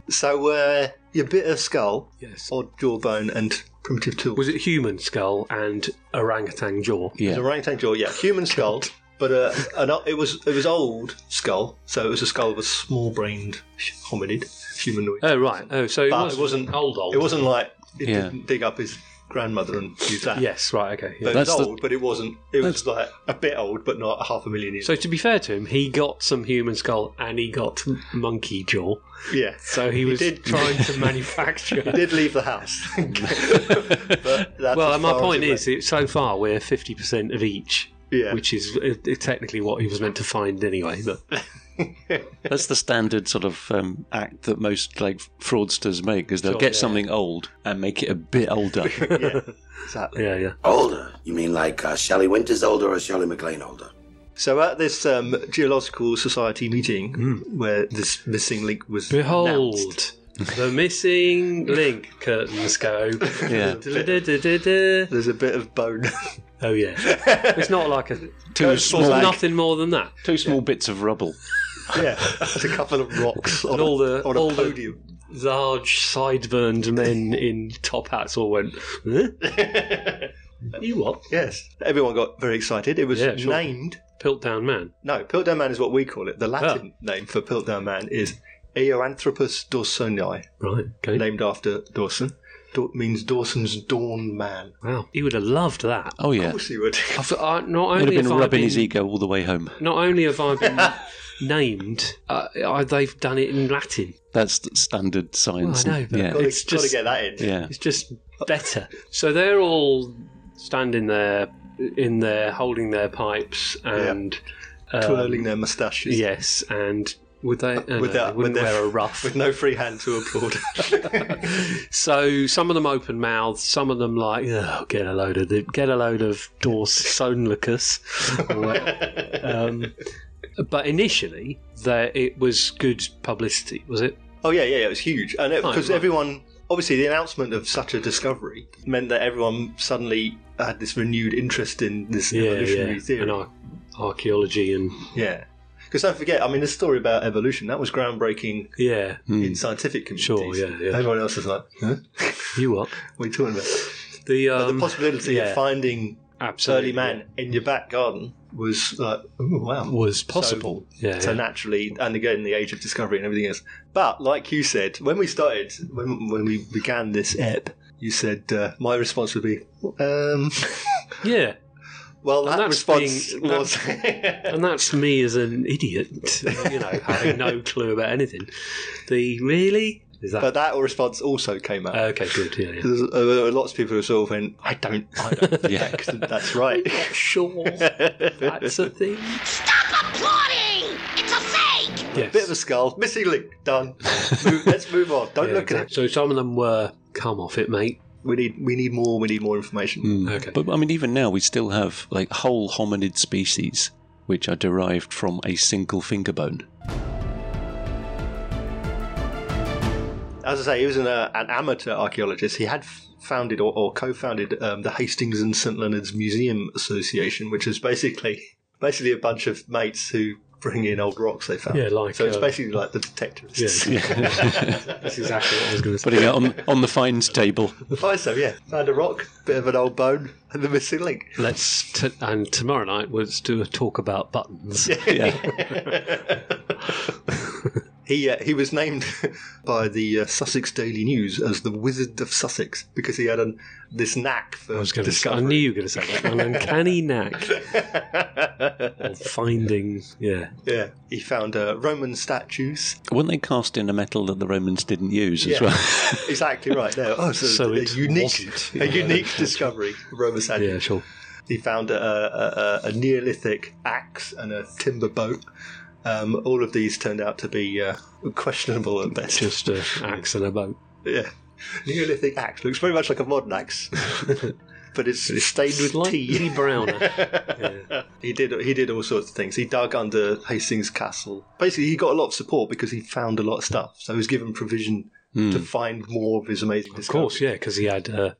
Speaker 1: So, uh, your bit of skull, yes, or jawbone and primitive tools.
Speaker 2: Was it human skull and orangutan jaw?
Speaker 1: It was a orangutan jaw, yeah, human skull, but uh, an, o- it was it was old skull, so it was a skull of a small-brained hominid, humanoid.
Speaker 2: Oh right. Oh, so it,
Speaker 1: But
Speaker 2: was,
Speaker 1: it wasn't
Speaker 2: old old.
Speaker 1: It wasn't like it
Speaker 3: Yeah.
Speaker 1: didn't dig up his grandmother and use that.
Speaker 2: Yes, right. Okay. yeah.
Speaker 1: But it was old, but it wasn't. It was like a bit old, but not half a million years.
Speaker 2: So to be fair to him, he got some human skull and he got monkey jaw.
Speaker 1: yeah.
Speaker 2: So he was
Speaker 1: did-
Speaker 2: trying to manufacture.
Speaker 1: [LAUGHS] He did leave the house.
Speaker 2: [LAUGHS]
Speaker 1: but that's
Speaker 2: well,
Speaker 1: as
Speaker 2: and my
Speaker 1: far as
Speaker 2: point
Speaker 1: it
Speaker 2: is, it, so far we're fifty percent of each,
Speaker 1: Yeah.
Speaker 2: which is uh, technically what he was meant to find anyway. But
Speaker 3: That's the standard sort of um, act that most like fraudsters make is they'll
Speaker 2: Sure,
Speaker 3: get
Speaker 2: yeah.
Speaker 3: something old and make it a bit older.
Speaker 2: [LAUGHS]
Speaker 1: yeah, exactly.
Speaker 2: Yeah, yeah.
Speaker 13: Older? You mean like uh, Shelley Winters older or Shelley McLean older?
Speaker 1: So at this um, geological society meeting,
Speaker 2: Hmm.
Speaker 1: where this missing link was
Speaker 2: behold, the missing link curtains
Speaker 1: [LAUGHS]
Speaker 2: go.
Speaker 1: Yeah.
Speaker 2: There's
Speaker 1: a bit of bone. [LAUGHS]
Speaker 2: oh yeah, it's not like a
Speaker 3: Two
Speaker 2: it's
Speaker 3: small-
Speaker 2: nothing more than that.
Speaker 3: Two small bits of rubble.
Speaker 1: yeah, there's a couple of rocks on
Speaker 2: and all the
Speaker 1: a, on a
Speaker 2: all
Speaker 1: podium.
Speaker 2: the large sideburned men in top hats all went.
Speaker 1: [LAUGHS]
Speaker 2: Huh? you what?
Speaker 1: Yes, everyone got very excited. It was
Speaker 2: Yeah, sure.
Speaker 1: named
Speaker 2: Piltdown Man.
Speaker 1: No, Piltdown Man is what we call it. The Latin
Speaker 2: Ah.
Speaker 1: name for Piltdown Man is Eoanthropus Dawsoni.
Speaker 2: Right, okay.
Speaker 1: Named after Dawson. Daw- means Dawson's Dawn Man.
Speaker 2: Wow, he would have loved that.
Speaker 3: Oh yeah,
Speaker 1: Of course he would. [LAUGHS]
Speaker 2: I've, I, not
Speaker 3: it'd have
Speaker 2: only
Speaker 3: been
Speaker 2: have I
Speaker 3: rubbing
Speaker 2: been,
Speaker 3: his ego all the way home.
Speaker 2: not only have I been
Speaker 1: [LAUGHS]
Speaker 2: named, uh, I, they've done it in Latin.
Speaker 3: That's the standard science.
Speaker 2: Well, I know, but
Speaker 3: yeah.
Speaker 2: Gotta- It's gotta just- get
Speaker 1: that in.
Speaker 3: Yeah.
Speaker 2: It's just better. So they're all standing there, in there, holding their pipes and um,
Speaker 1: Twirling their moustaches.
Speaker 2: Yes, and would they?
Speaker 1: With
Speaker 2: Uh, no,
Speaker 1: that-
Speaker 2: they wouldn't
Speaker 1: with their-
Speaker 2: wear a ruff. [LAUGHS]
Speaker 1: With no free hand to applaud.
Speaker 2: So some of them open mouthed, some of them like "Ugh, get a load of the, get a load of [LAUGHS] Dawsonlicus. um, but initially, there it was good publicity, was it?
Speaker 1: [LAUGHS] Oh yeah, yeah, yeah, it was huge, and
Speaker 2: Oh,
Speaker 1: because
Speaker 2: right.
Speaker 1: everyone, obviously, the announcement of such a discovery meant that everyone suddenly had this renewed interest in this evolutionary theory.
Speaker 2: and ar- archaeology and
Speaker 1: Yeah, because don't forget, I mean, the story about evolution that was groundbreaking
Speaker 2: yeah,
Speaker 3: Hmm.
Speaker 1: in scientific communities.
Speaker 2: Mm. Sure, yeah, yeah.
Speaker 1: Everyone else is like, huh?
Speaker 2: you what?
Speaker 1: What are you talking about?
Speaker 2: The
Speaker 1: But
Speaker 2: um,
Speaker 1: the possibility
Speaker 2: yeah.
Speaker 1: of finding
Speaker 2: Absolutely,
Speaker 1: early man in your back garden was like, oh wow,
Speaker 2: Was possible.
Speaker 1: So,
Speaker 2: Yeah,
Speaker 1: so
Speaker 2: yeah.
Speaker 1: naturally, and again, the age of discovery and everything else. But like you said, when we started, when when we began this ep, you said uh, my response would be, um, [LAUGHS]
Speaker 2: yeah.
Speaker 1: well,
Speaker 2: And
Speaker 1: that
Speaker 2: that's
Speaker 1: response
Speaker 2: being-
Speaker 1: was
Speaker 2: and that's me as an idiot, you know, having no clue about anything. The really is
Speaker 1: [LAUGHS]
Speaker 2: that
Speaker 1: but that response also came out.
Speaker 2: okay? Good, yeah, yeah.
Speaker 1: There's, uh, there were lots of people who sort of went, I
Speaker 2: [LAUGHS]
Speaker 1: don't, I [LAUGHS] don't think that's right. [LAUGHS]
Speaker 2: sure, that's a thing.
Speaker 14: applauding! It's a fake!
Speaker 2: Yes.
Speaker 1: Bit of a skull, missing link,
Speaker 2: [LAUGHS]
Speaker 1: done. Move- let's move on. Don't
Speaker 2: Yeah,
Speaker 1: look at it.
Speaker 2: exactly. So some of them were come off it, mate.
Speaker 1: We need we need more. We need more information.
Speaker 2: Okay.
Speaker 3: But I mean, even now we still have like whole hominid species which are derived from a single finger bone.
Speaker 1: As I say, he was an, uh, an amateur archaeologist. He had f- founded or, or co-founded um, the Hastings and St Leonard's Museum Association, which is basically basically a bunch of mates who bring in old rocks they found.
Speaker 2: Yeah, like,
Speaker 1: so it's
Speaker 2: uh,
Speaker 1: basically like the detectives. [LAUGHS]
Speaker 2: That's exactly what I was going to say.
Speaker 3: Putting it
Speaker 2: [LAUGHS]
Speaker 3: on on the finds table.
Speaker 1: Find some, yeah. Found a rock, bit of an old bone, and the missing link.
Speaker 2: Let's t- and tomorrow night let's do a talk about buttons.
Speaker 1: [LAUGHS] He uh, he was named [LAUGHS] by the uh, Sussex Daily News as the Wizard of Sussex because he had an, this knack for
Speaker 2: I was going to. Say, I
Speaker 1: discovery.
Speaker 2: knew you were going to say that. An uncanny knack
Speaker 1: [LAUGHS]
Speaker 2: of finding. Yeah.
Speaker 1: Yeah, he found uh, Roman statues.
Speaker 3: Weren't they cast in a metal that the Romans didn't use as
Speaker 1: Yeah.
Speaker 3: well?
Speaker 2: [LAUGHS]
Speaker 1: exactly right. No, oh, so,
Speaker 2: So
Speaker 1: a
Speaker 2: it
Speaker 1: unique,
Speaker 2: wasn't.
Speaker 1: a unique discovery, Roman statues.
Speaker 2: Yeah. Sure.
Speaker 1: He found a, a, a, a Neolithic axe and a timber boat. Um, all of these turned out to be uh, questionable at best.
Speaker 2: Just an axe and a boat.
Speaker 1: Yeah. Neolithic axe looks very much like a modern
Speaker 2: [LAUGHS]
Speaker 1: axe, but it's, it's stained with tea. [LAUGHS]
Speaker 2: brown.
Speaker 1: He did. He did all sorts of things. He dug under Hastings Castle. Basically, he got a lot of support because he found a lot of stuff. So he was given provision
Speaker 2: Hmm.
Speaker 1: to find more of his amazing.
Speaker 2: Of course, yeah, because he had uh,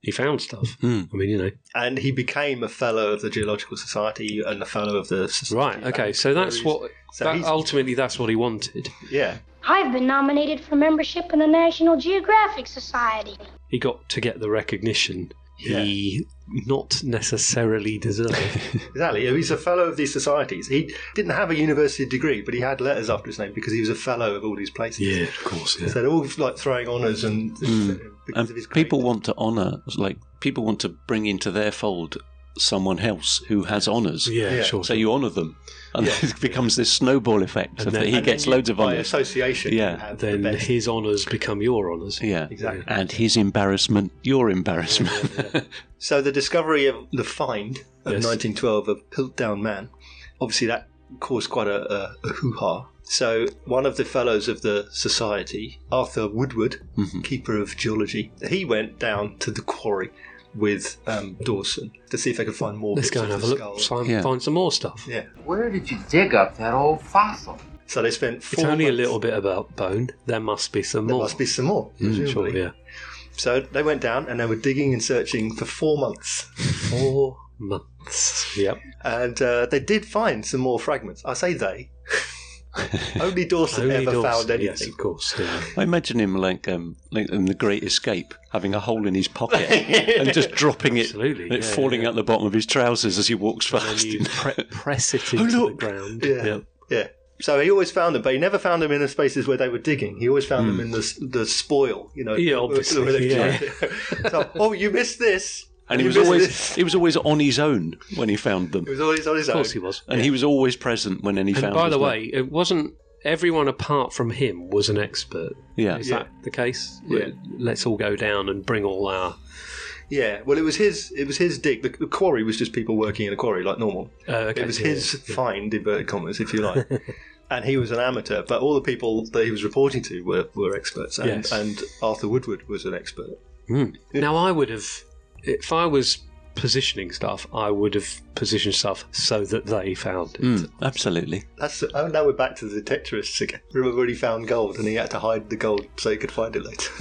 Speaker 2: he found stuff. I mean, you know.
Speaker 1: And he became a fellow of the Geological Society and a fellow of the Society.
Speaker 2: Right. Okay. So that's what.
Speaker 1: So
Speaker 2: that,
Speaker 1: he's-
Speaker 2: ultimately, that's what he wanted.
Speaker 1: Yeah.
Speaker 14: I've been nominated for membership in the National Geographic Society.
Speaker 2: He got to get the recognition he not necessarily deserved.
Speaker 1: Exactly. He's a fellow of these societies. He didn't have a university degree, but he had letters after his name because he was a fellow of all these places.
Speaker 2: [LAUGHS] yeah, of course. Yeah.
Speaker 1: So they're all like throwing honours and
Speaker 3: Mm. And people want to honour, like people want to bring into their fold someone else who has honours.
Speaker 2: Yeah, Yeah. sure.
Speaker 3: So you honour them, and
Speaker 2: Yeah.
Speaker 3: [LAUGHS] it becomes this snowball effect of that he gets loads of
Speaker 1: by
Speaker 3: honours.
Speaker 1: association. you
Speaker 3: [LAUGHS] Yeah.
Speaker 1: have the
Speaker 2: Then
Speaker 1: best.
Speaker 2: his honours become your honours.
Speaker 3: Yeah,
Speaker 1: Exactly.
Speaker 3: And his embarrassment, your embarrassment.
Speaker 2: [LAUGHS]
Speaker 1: So the discovery of the find of
Speaker 3: Yes.
Speaker 1: 1912 of Piltdown Man, obviously that caused quite a, a, a hoo-ha. So one of the fellows of the society, Arthur Woodward,
Speaker 2: Mm-hmm.
Speaker 1: keeper of geology, he went down to the quarry with um, Dawson to see if they could find more
Speaker 2: Let's
Speaker 1: bits
Speaker 2: go and
Speaker 1: of
Speaker 2: have a
Speaker 1: the
Speaker 2: look.
Speaker 1: skull.
Speaker 2: Find, find some more stuff.
Speaker 1: Yeah.
Speaker 15: Where did you dig up that old fossil?
Speaker 1: So they spent
Speaker 2: It's
Speaker 1: four
Speaker 2: only a
Speaker 1: months-
Speaker 2: little bit about bone. There must be some
Speaker 1: There
Speaker 2: more.
Speaker 1: must be some more.
Speaker 2: Mm, sure,
Speaker 1: presumably.
Speaker 2: yeah.
Speaker 1: So they went down and they were digging and searching for four months.
Speaker 2: Four months. Yep.
Speaker 1: And uh, they did find some more fragments. I say
Speaker 3: [LAUGHS]
Speaker 1: they. Only Dawson
Speaker 3: Only
Speaker 1: ever
Speaker 3: Dawson,
Speaker 1: found anything.
Speaker 3: yes, of
Speaker 2: course.
Speaker 3: I imagine him like, um, like in The Great Escape, having a hole in his pocket
Speaker 2: [LAUGHS]
Speaker 3: and just dropping it, and it
Speaker 2: yeah,
Speaker 3: falling out the bottom of his trousers as he walks fast.
Speaker 2: press it
Speaker 3: Oh,
Speaker 1: into
Speaker 2: the ground.
Speaker 1: Yeah. yeah. So he always found them, but he never found them in the spaces where they were digging. He always found them in the s- the spoil, you know.
Speaker 3: Hmm. Yeah,
Speaker 1: where-
Speaker 3: obviously,
Speaker 1: where they-
Speaker 3: yeah.
Speaker 1: [LAUGHS] so, oh, you missed this.
Speaker 3: [LAUGHS] And he
Speaker 1: You
Speaker 3: was
Speaker 1: missed
Speaker 3: always
Speaker 1: this.
Speaker 3: he was always on his own when he found them.
Speaker 1: He was always on his
Speaker 3: Of
Speaker 2: course
Speaker 3: own.
Speaker 2: he was.
Speaker 3: and he was always present when any
Speaker 2: And
Speaker 3: found.
Speaker 2: by the
Speaker 3: wasn't
Speaker 2: way, it wasn't everyone apart from him was an expert.
Speaker 3: Yeah.
Speaker 2: Is
Speaker 1: Yeah.
Speaker 2: that the case?
Speaker 1: Yeah.
Speaker 2: Let's all go down and bring all our.
Speaker 1: Yeah, well, it was his. It was his dig. The, the quarry was just people working in a quarry like normal.
Speaker 2: Uh, okay,
Speaker 1: it was
Speaker 2: yeah,
Speaker 1: his find, inverted commas, if you like. and he was an amateur, but all the people that he was reporting to were, were experts. And,
Speaker 2: Yes.
Speaker 1: and Arthur Woodward was an expert.
Speaker 2: Now, I would have. If I was positioning stuff, I would have positioned stuff so that they found it.
Speaker 3: Mm, absolutely.
Speaker 1: That's oh, now we're back to the Tetrists again. Remember when he found gold and he had to hide the gold so he could find it later,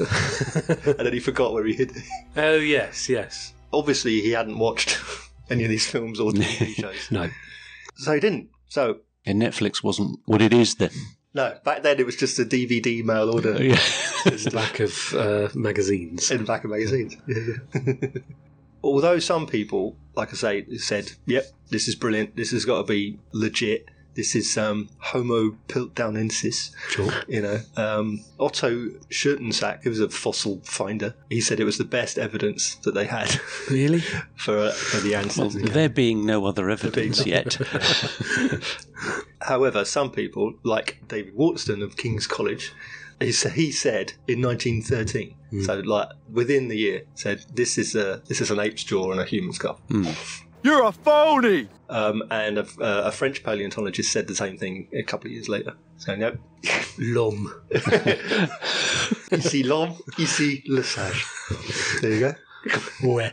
Speaker 1: [LAUGHS] and then he forgot where he hid it.
Speaker 2: Oh, yes, yes.
Speaker 1: Obviously, he hadn't watched [LAUGHS] any of these films or TV shows,
Speaker 2: No.
Speaker 1: so he didn't. So
Speaker 3: And Netflix wasn't what it is then.
Speaker 1: no, back then it was just a DVD mail order
Speaker 3: Uh, Yeah.
Speaker 2: In the back of uh, magazines.
Speaker 1: in the back of
Speaker 2: [LAUGHS]
Speaker 1: magazines. [LAUGHS] Although some people, like I say, said, "Yep, this is brilliant. This has got to be legit. This is um, Homo piltdownensis."
Speaker 2: Sure.
Speaker 1: [LAUGHS] You know, um, Otto Schurtensack, who was a fossil finder, he said it was the best evidence that they had
Speaker 2: Really?
Speaker 1: [LAUGHS] for uh, for the
Speaker 3: [LAUGHS] Well,
Speaker 1: ancestors.
Speaker 3: there being no other evidence yet. [LAUGHS]
Speaker 1: However, some people, like David Waterston of King's College, he sa- he said in 1913, so like within the year, said this is a this is an ape's jaw and a human skull.
Speaker 16: You're a phony!
Speaker 1: Um, and a, a French paleontologist said the same thing a couple of years later. So [LAUGHS] no,
Speaker 2: Lom.
Speaker 1: ici l'homme, ici le sage. There [LAUGHS] you go.
Speaker 2: Ouais.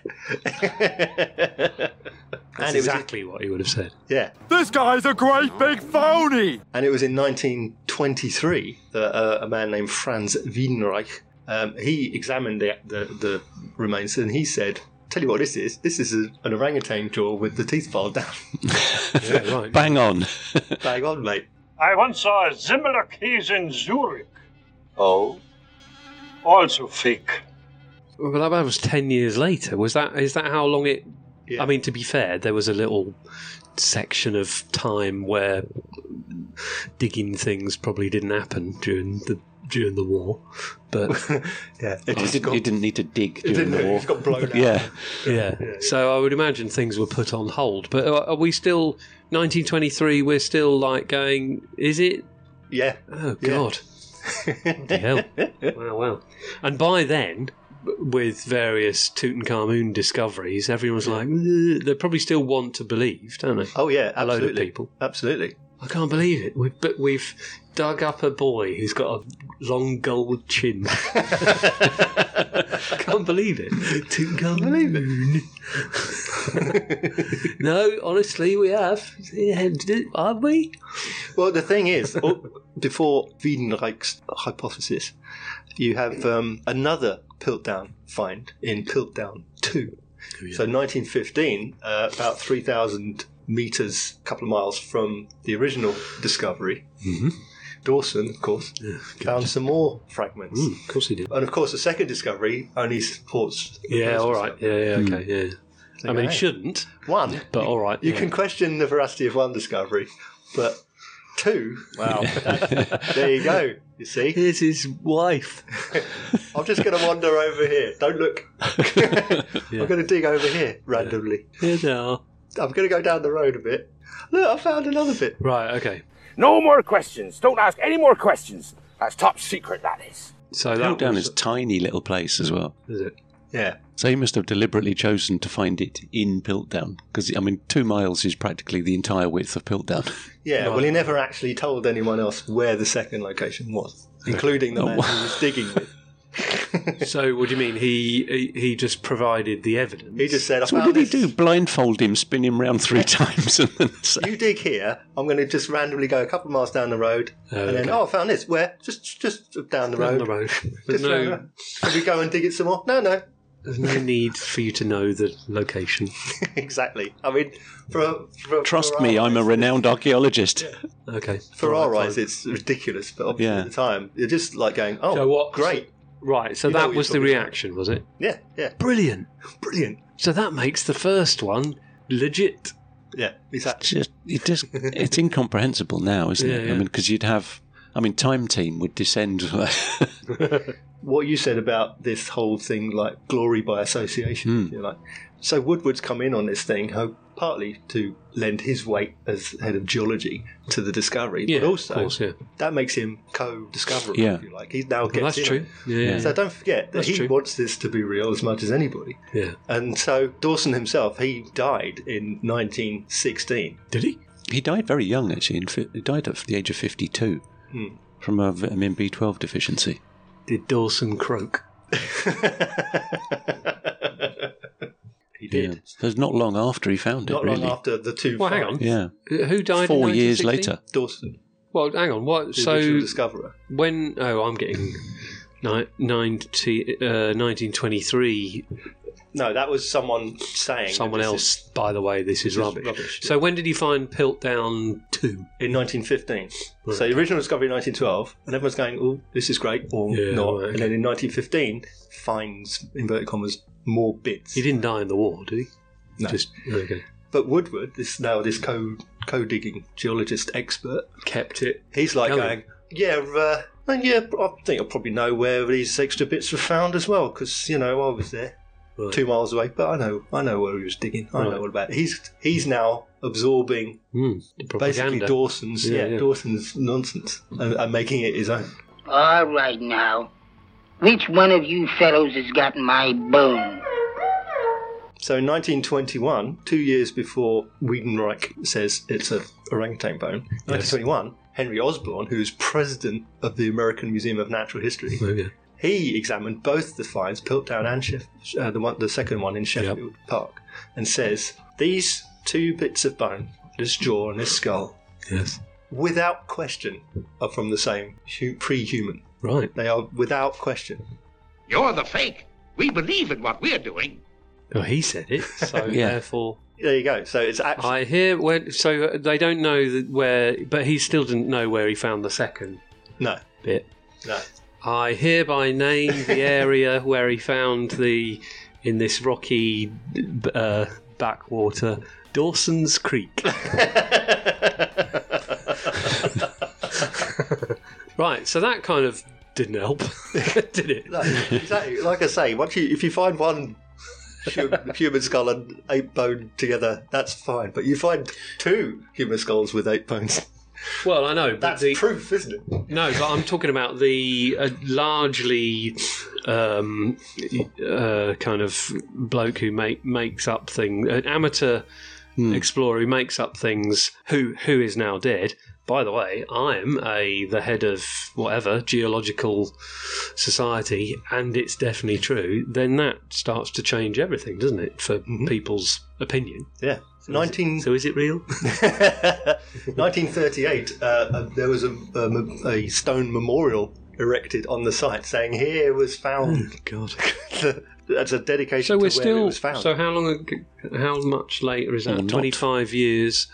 Speaker 1: And
Speaker 2: That's
Speaker 1: it was-
Speaker 2: exactly what he would have said.
Speaker 1: Yeah.
Speaker 16: This guy's a great big phony!
Speaker 1: And it was in 1923 that uh, a man named Franz Wienreich um, he examined the, the the remains and he said, "Tell you what, this is this is a, an orangutan jaw with the teeth filed
Speaker 2: [LAUGHS]
Speaker 1: down."
Speaker 3: Bang on.
Speaker 1: Bang on, mate.
Speaker 17: I once saw a similar case in Zurich.
Speaker 12: Oh?
Speaker 17: Also fake.
Speaker 2: Well, that was ten years later. Was that is that how long it? I mean, to be fair, there was a little section of time where digging things probably didn't happen during the during the war, but
Speaker 1: yeah,
Speaker 2: Oh,
Speaker 3: It
Speaker 1: [LAUGHS]
Speaker 3: didn't, he didn't need to dig during the war. Yeah.
Speaker 2: [LAUGHS] Yeah. yeah, So I would imagine things were put on hold. But are are we still 1923? We're still like going. Is it?
Speaker 1: Yeah.
Speaker 2: Oh God. Bloody hell. Wow, wow. And by then, with various Tutankhamun discoveries, everyone's like, "Ugh," they probably still want to believe, don't they?
Speaker 1: [LAUGHS] Oh yeah,
Speaker 2: a load of
Speaker 1: absolutely.
Speaker 2: people.
Speaker 1: Absolutely.
Speaker 2: I can't believe it. We've, but we've dug up a boy who's got a long gold chin. [LAUGHS]
Speaker 1: [LAUGHS]
Speaker 2: can't believe it. Can't believe [LAUGHS] it. no, honestly, we have. Yeah, Have we?
Speaker 1: Well, the thing is, oh, before Wiedenreich's hypothesis, you have um, another Piltdown find in Piltdown 2.
Speaker 2: Oh,
Speaker 1: So 1915, uh, about 3,000 meters, a couple of miles from the original discovery,
Speaker 2: Mm-hmm.
Speaker 1: Dawson, of course,
Speaker 2: [SIGHS]
Speaker 1: found some more fragments.
Speaker 2: Mm, of course he did.
Speaker 1: And of course, the second discovery only supports. the
Speaker 2: Yeah,
Speaker 1: first
Speaker 2: all right. Yeah, yeah, okay, yeah.
Speaker 1: So
Speaker 2: I mean,
Speaker 1: go
Speaker 2: it shouldn't.
Speaker 1: One.
Speaker 2: But all right.
Speaker 1: You
Speaker 2: yeah.
Speaker 1: can question the veracity of one discovery, but two, wow. that's- [LAUGHS] there you go. You see?
Speaker 2: Here's his wife.
Speaker 1: I'm just going to wander over here. Don't
Speaker 3: [LAUGHS]
Speaker 1: look. I'm going to dig over here randomly.
Speaker 2: Here they are.
Speaker 1: I'm going to go down the road a bit. Look, I found another bit.
Speaker 2: Right, okay.
Speaker 18: No more questions. Don't ask any more questions. That's top secret, that is.
Speaker 2: So
Speaker 3: that down is a tiny little place as well.
Speaker 2: Is it?
Speaker 1: Yeah.
Speaker 3: So he must have deliberately chosen to find it in Piltdown because I mean, two miles is practically the entire width of Piltdown.
Speaker 1: Yeah, well, he never actually told anyone else where the second location was, including the
Speaker 3: Oh,
Speaker 1: man
Speaker 3: wow.
Speaker 1: he was digging with.
Speaker 2: [LAUGHS] [LAUGHS] so, what do you mean? He he, he just provided the evidence.
Speaker 1: He just said, I
Speaker 3: So what
Speaker 1: found
Speaker 3: did he
Speaker 1: this.
Speaker 3: do? Blindfold him, spin him round three [LAUGHS] times, and then say,
Speaker 1: You dig here. I'm going to just randomly go a couple of miles down the road, and then
Speaker 3: okay.
Speaker 1: oh, I found this. Where? Just just down the
Speaker 2: Down
Speaker 1: road.
Speaker 2: the road. [LAUGHS] There's
Speaker 1: Just round the
Speaker 2: no,
Speaker 1: road. Should we go and dig it some more? No, [LAUGHS] no.
Speaker 2: there's no need for you to know the location.
Speaker 1: exactly. I mean, for, a- for a-
Speaker 3: "Trust
Speaker 1: for
Speaker 3: me,
Speaker 1: our,
Speaker 3: I'm a renowned archaeologist."
Speaker 2: Okay.
Speaker 1: for our eyes, it's ridiculous, but obviously
Speaker 3: Yeah.
Speaker 1: at the time, you're just like going, oh,
Speaker 2: So what-
Speaker 1: great.
Speaker 2: Right, so
Speaker 1: You know
Speaker 2: that
Speaker 1: what
Speaker 2: was
Speaker 1: you're
Speaker 2: the
Speaker 1: talking about.
Speaker 2: reaction, was it?
Speaker 1: Yeah, yeah,
Speaker 2: Brilliant.
Speaker 1: brilliant.
Speaker 2: So that makes the first one legit.
Speaker 1: Yeah, exactly.
Speaker 3: just it just it's incomprehensible now, isn't
Speaker 2: Yeah,
Speaker 3: it?
Speaker 2: yeah.
Speaker 3: I mean, because you'd have, I mean, Time Team would descend. [LAUGHS]
Speaker 1: What you said about this whole thing, like glory by
Speaker 3: Hmm.
Speaker 1: association, if you like. So Woodward's come in on this thing, ho- partly to lend his weight as head of geology to the discovery,
Speaker 2: Yeah,
Speaker 1: but also
Speaker 2: of course, yeah.
Speaker 1: that makes him co-discoverer,
Speaker 2: Yeah.
Speaker 1: if you like. He now gets
Speaker 2: that's
Speaker 1: in.
Speaker 2: true. Yeah, yeah,
Speaker 1: So
Speaker 2: yeah.
Speaker 1: don't forget that
Speaker 2: That's
Speaker 1: he
Speaker 2: true.
Speaker 1: wants this to be real as much as anybody.
Speaker 2: Yeah.
Speaker 1: And so Dawson himself, he died in 1916.
Speaker 2: Did he?
Speaker 3: he died very young, actually. In, fi- he died at the age of fifty-two
Speaker 1: Hmm.
Speaker 3: from a vitamin B twelve deficiency.
Speaker 2: Did Dawson croak?
Speaker 1: [LAUGHS] He
Speaker 3: Yeah. So it's not long after he found
Speaker 1: Not
Speaker 3: it, really.
Speaker 1: long after the two.
Speaker 2: Well, hang
Speaker 1: fights.
Speaker 2: on.
Speaker 3: Yeah,
Speaker 2: Who died?
Speaker 3: four
Speaker 2: in
Speaker 3: years
Speaker 2: 1916?
Speaker 3: later.
Speaker 1: Dawson,
Speaker 2: Well, hang on. What?
Speaker 1: the
Speaker 2: so
Speaker 1: original discoverer.
Speaker 2: when? Oh, I'm getting ni- 90, uh, 1923.
Speaker 1: No, that was someone saying.
Speaker 2: Someone
Speaker 1: that this
Speaker 2: else. by the way, this is
Speaker 1: this is
Speaker 2: rubbish.
Speaker 1: rubbish,
Speaker 2: So when did he find Piltdown Two?
Speaker 1: in 1915. So the original discovery in 1912, and everyone's going, "Oh, this is great," or
Speaker 2: Yeah,
Speaker 1: not.
Speaker 2: right,
Speaker 1: And then in 1915, finds inverted commas more bits.
Speaker 2: He didn't die in the war, did he?
Speaker 1: No.
Speaker 2: Just okay.
Speaker 1: But Woodward, this now this co co digging geologist expert,
Speaker 2: kept it.
Speaker 1: He's like
Speaker 2: going.
Speaker 1: going, yeah, uh, and yeah, I think I probably know where these extra bits were found as well because you know I was there,
Speaker 2: Right.
Speaker 1: two miles away. But I know, I know where he was digging. I
Speaker 2: Right.
Speaker 1: know all about it. He's he's now absorbing
Speaker 2: Mm,
Speaker 1: basically
Speaker 2: propaganda.
Speaker 1: Dawson's
Speaker 2: Yeah,
Speaker 1: yeah,
Speaker 2: yeah.
Speaker 1: Dawson's nonsense and, and making it his own.
Speaker 19: All right now. Which one of you fellows has got my bone?
Speaker 1: So in 1921, two years before Wiedenreich says it's a orangutan bone, 1921, Henry Osborne, who's president of the American Museum of Natural History,
Speaker 2: Oh, yeah.
Speaker 1: he examined both the finds, Piltdown and Sheff- uh, the, one, the second one in Sheffield Park, and says these two bits of bone, this jaw and this skull,
Speaker 2: Yes.
Speaker 1: without question, are from the same hu- pre-human.
Speaker 2: Right.
Speaker 1: They are without question.
Speaker 18: You're the fake. We believe in what we're doing.
Speaker 2: Oh, he said
Speaker 1: [LAUGHS]
Speaker 2: it. So
Speaker 1: Yeah.
Speaker 2: therefore,
Speaker 1: There you go. So it's actually
Speaker 2: I hear where. So they don't know that where, but he still didn't know where he found the second
Speaker 1: no,
Speaker 2: bit.
Speaker 1: no.
Speaker 2: I hereby name
Speaker 1: [LAUGHS]
Speaker 2: the area where he found the in this rocky uh, backwater Dawson's Creek.
Speaker 1: [LAUGHS]
Speaker 2: right, so that kind of didn't help, [LAUGHS] did it?
Speaker 1: No, exactly. Like I say, once you if you find one
Speaker 2: [LAUGHS]
Speaker 1: hu- human skull and ape bone together, that's fine. But you find two human skulls with ape bones,
Speaker 2: Well, I know, but
Speaker 1: That's
Speaker 2: the,
Speaker 1: proof, isn't
Speaker 2: [LAUGHS]
Speaker 1: it?
Speaker 2: No, but I'm talking about the uh, largely um, uh, kind of bloke who make, makes up things, an amateur Hmm. explorer who makes up things, who who is now dead. By the way, I'm a the head of whatever geological society, and it's definitely true. Then that starts to change everything, doesn't it, for people's opinion?
Speaker 1: Yeah.
Speaker 2: So Mm-hmm. Nineteen. so is it real?
Speaker 1: 1938, uh, uh, there was a, um, a stone memorial erected on the site saying, "Here was [LAUGHS]
Speaker 2: [LAUGHS]
Speaker 1: found."
Speaker 2: Oh, God,
Speaker 1: that's a dedication
Speaker 2: Hmm. So
Speaker 1: to
Speaker 2: we're
Speaker 1: where
Speaker 2: still.
Speaker 1: it was found.
Speaker 2: So how long? ag- How much later is
Speaker 1: On
Speaker 2: that?
Speaker 1: top.
Speaker 2: Twenty five years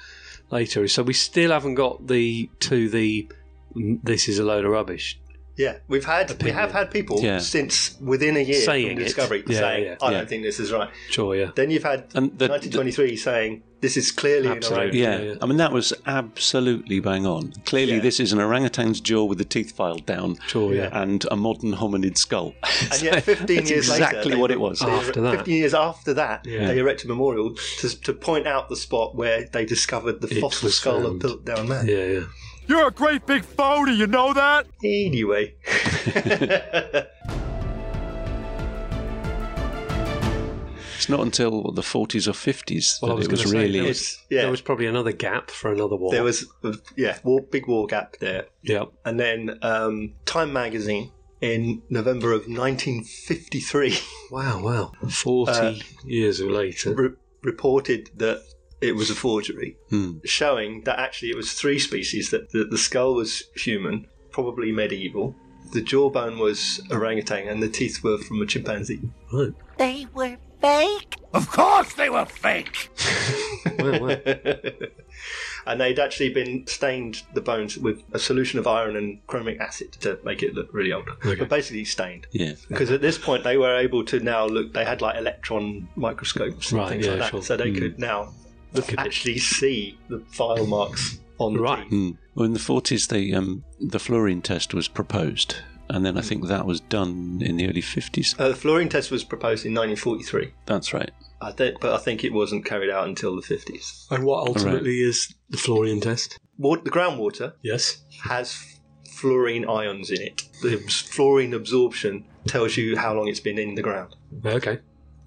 Speaker 2: later. So we still haven't got the to the. mm, This is a load of rubbish.
Speaker 1: yeah, we've had we have had people
Speaker 2: Yeah.
Speaker 1: since within a year
Speaker 2: Saying
Speaker 1: from
Speaker 2: it.
Speaker 1: discovery
Speaker 2: Yeah,
Speaker 1: saying,
Speaker 2: yeah,
Speaker 1: "I
Speaker 2: yeah.
Speaker 1: don't think this is right."
Speaker 2: Sure, yeah.
Speaker 1: Then you've had
Speaker 3: And the-
Speaker 1: 1923 saying, "This is clearly an orangutan."
Speaker 3: Yeah. I mean that was absolutely bang on. Clearly, this is an orangutan's jaw with the teeth filed down,
Speaker 1: yeah.
Speaker 3: and a modern hominid skull.
Speaker 1: And
Speaker 3: [LAUGHS]
Speaker 1: yet, 15
Speaker 3: That's
Speaker 1: years later,
Speaker 3: exactly
Speaker 1: they-
Speaker 3: what it was.
Speaker 1: they-
Speaker 3: After that.
Speaker 1: 15 years after that,
Speaker 3: Yeah.
Speaker 1: they erect a memorial to, to point out the spot where they discovered the fossil skull of Piltdown Man.
Speaker 2: Yeah, yeah.
Speaker 16: You're a great big phony, you know that?
Speaker 3: [LAUGHS]
Speaker 1: Anyway. [LAUGHS]
Speaker 3: It's not until the 40s or 50s
Speaker 2: Well, I
Speaker 3: that
Speaker 2: was
Speaker 3: it was
Speaker 2: gonna say,
Speaker 3: really.
Speaker 2: there was- there was probably another gap for another war.
Speaker 1: There was, uh, yeah, war, big war gap there.
Speaker 2: Yeah.
Speaker 1: And then um, Time magazine in November of 1953.
Speaker 2: Wow, wow. 40
Speaker 1: Uh,
Speaker 2: years later.
Speaker 1: Re- reported that it was a forgery,
Speaker 3: Hmm.
Speaker 1: showing that actually it was three species that the, the skull was human, probably medieval, the jawbone was orangutan, and the teeth were from a chimpanzee.
Speaker 2: Right.
Speaker 19: They were fake?
Speaker 1: Of course they were fake!
Speaker 2: Wow, wow.
Speaker 1: [LAUGHS] and they'd actually been stained the bones with a solution of iron and chromic acid to make it look really old. But basically stained.
Speaker 3: Yeah.
Speaker 1: Because at this point they were able to now look, they had like electron microscopes and
Speaker 2: Right,
Speaker 1: things
Speaker 2: yeah,
Speaker 1: like that.
Speaker 2: sure. Hmm.
Speaker 1: So they
Speaker 3: Mm.
Speaker 1: could now actually see the file marks on the right.
Speaker 3: Mm. Well, in the 40s, they, um, the fluorine test was proposed, and then I think that was done in the early 50s.
Speaker 1: Uh, the fluorine test was proposed in 1943,
Speaker 3: That's right.
Speaker 1: I think, but I think it wasn't carried out until the 50s.
Speaker 2: And what ultimately is the fluorine test?
Speaker 1: Water, the groundwater
Speaker 2: Yes.
Speaker 1: has fluorine ions in it. The fluorine absorption tells you how long it's been in the ground.
Speaker 2: Okay.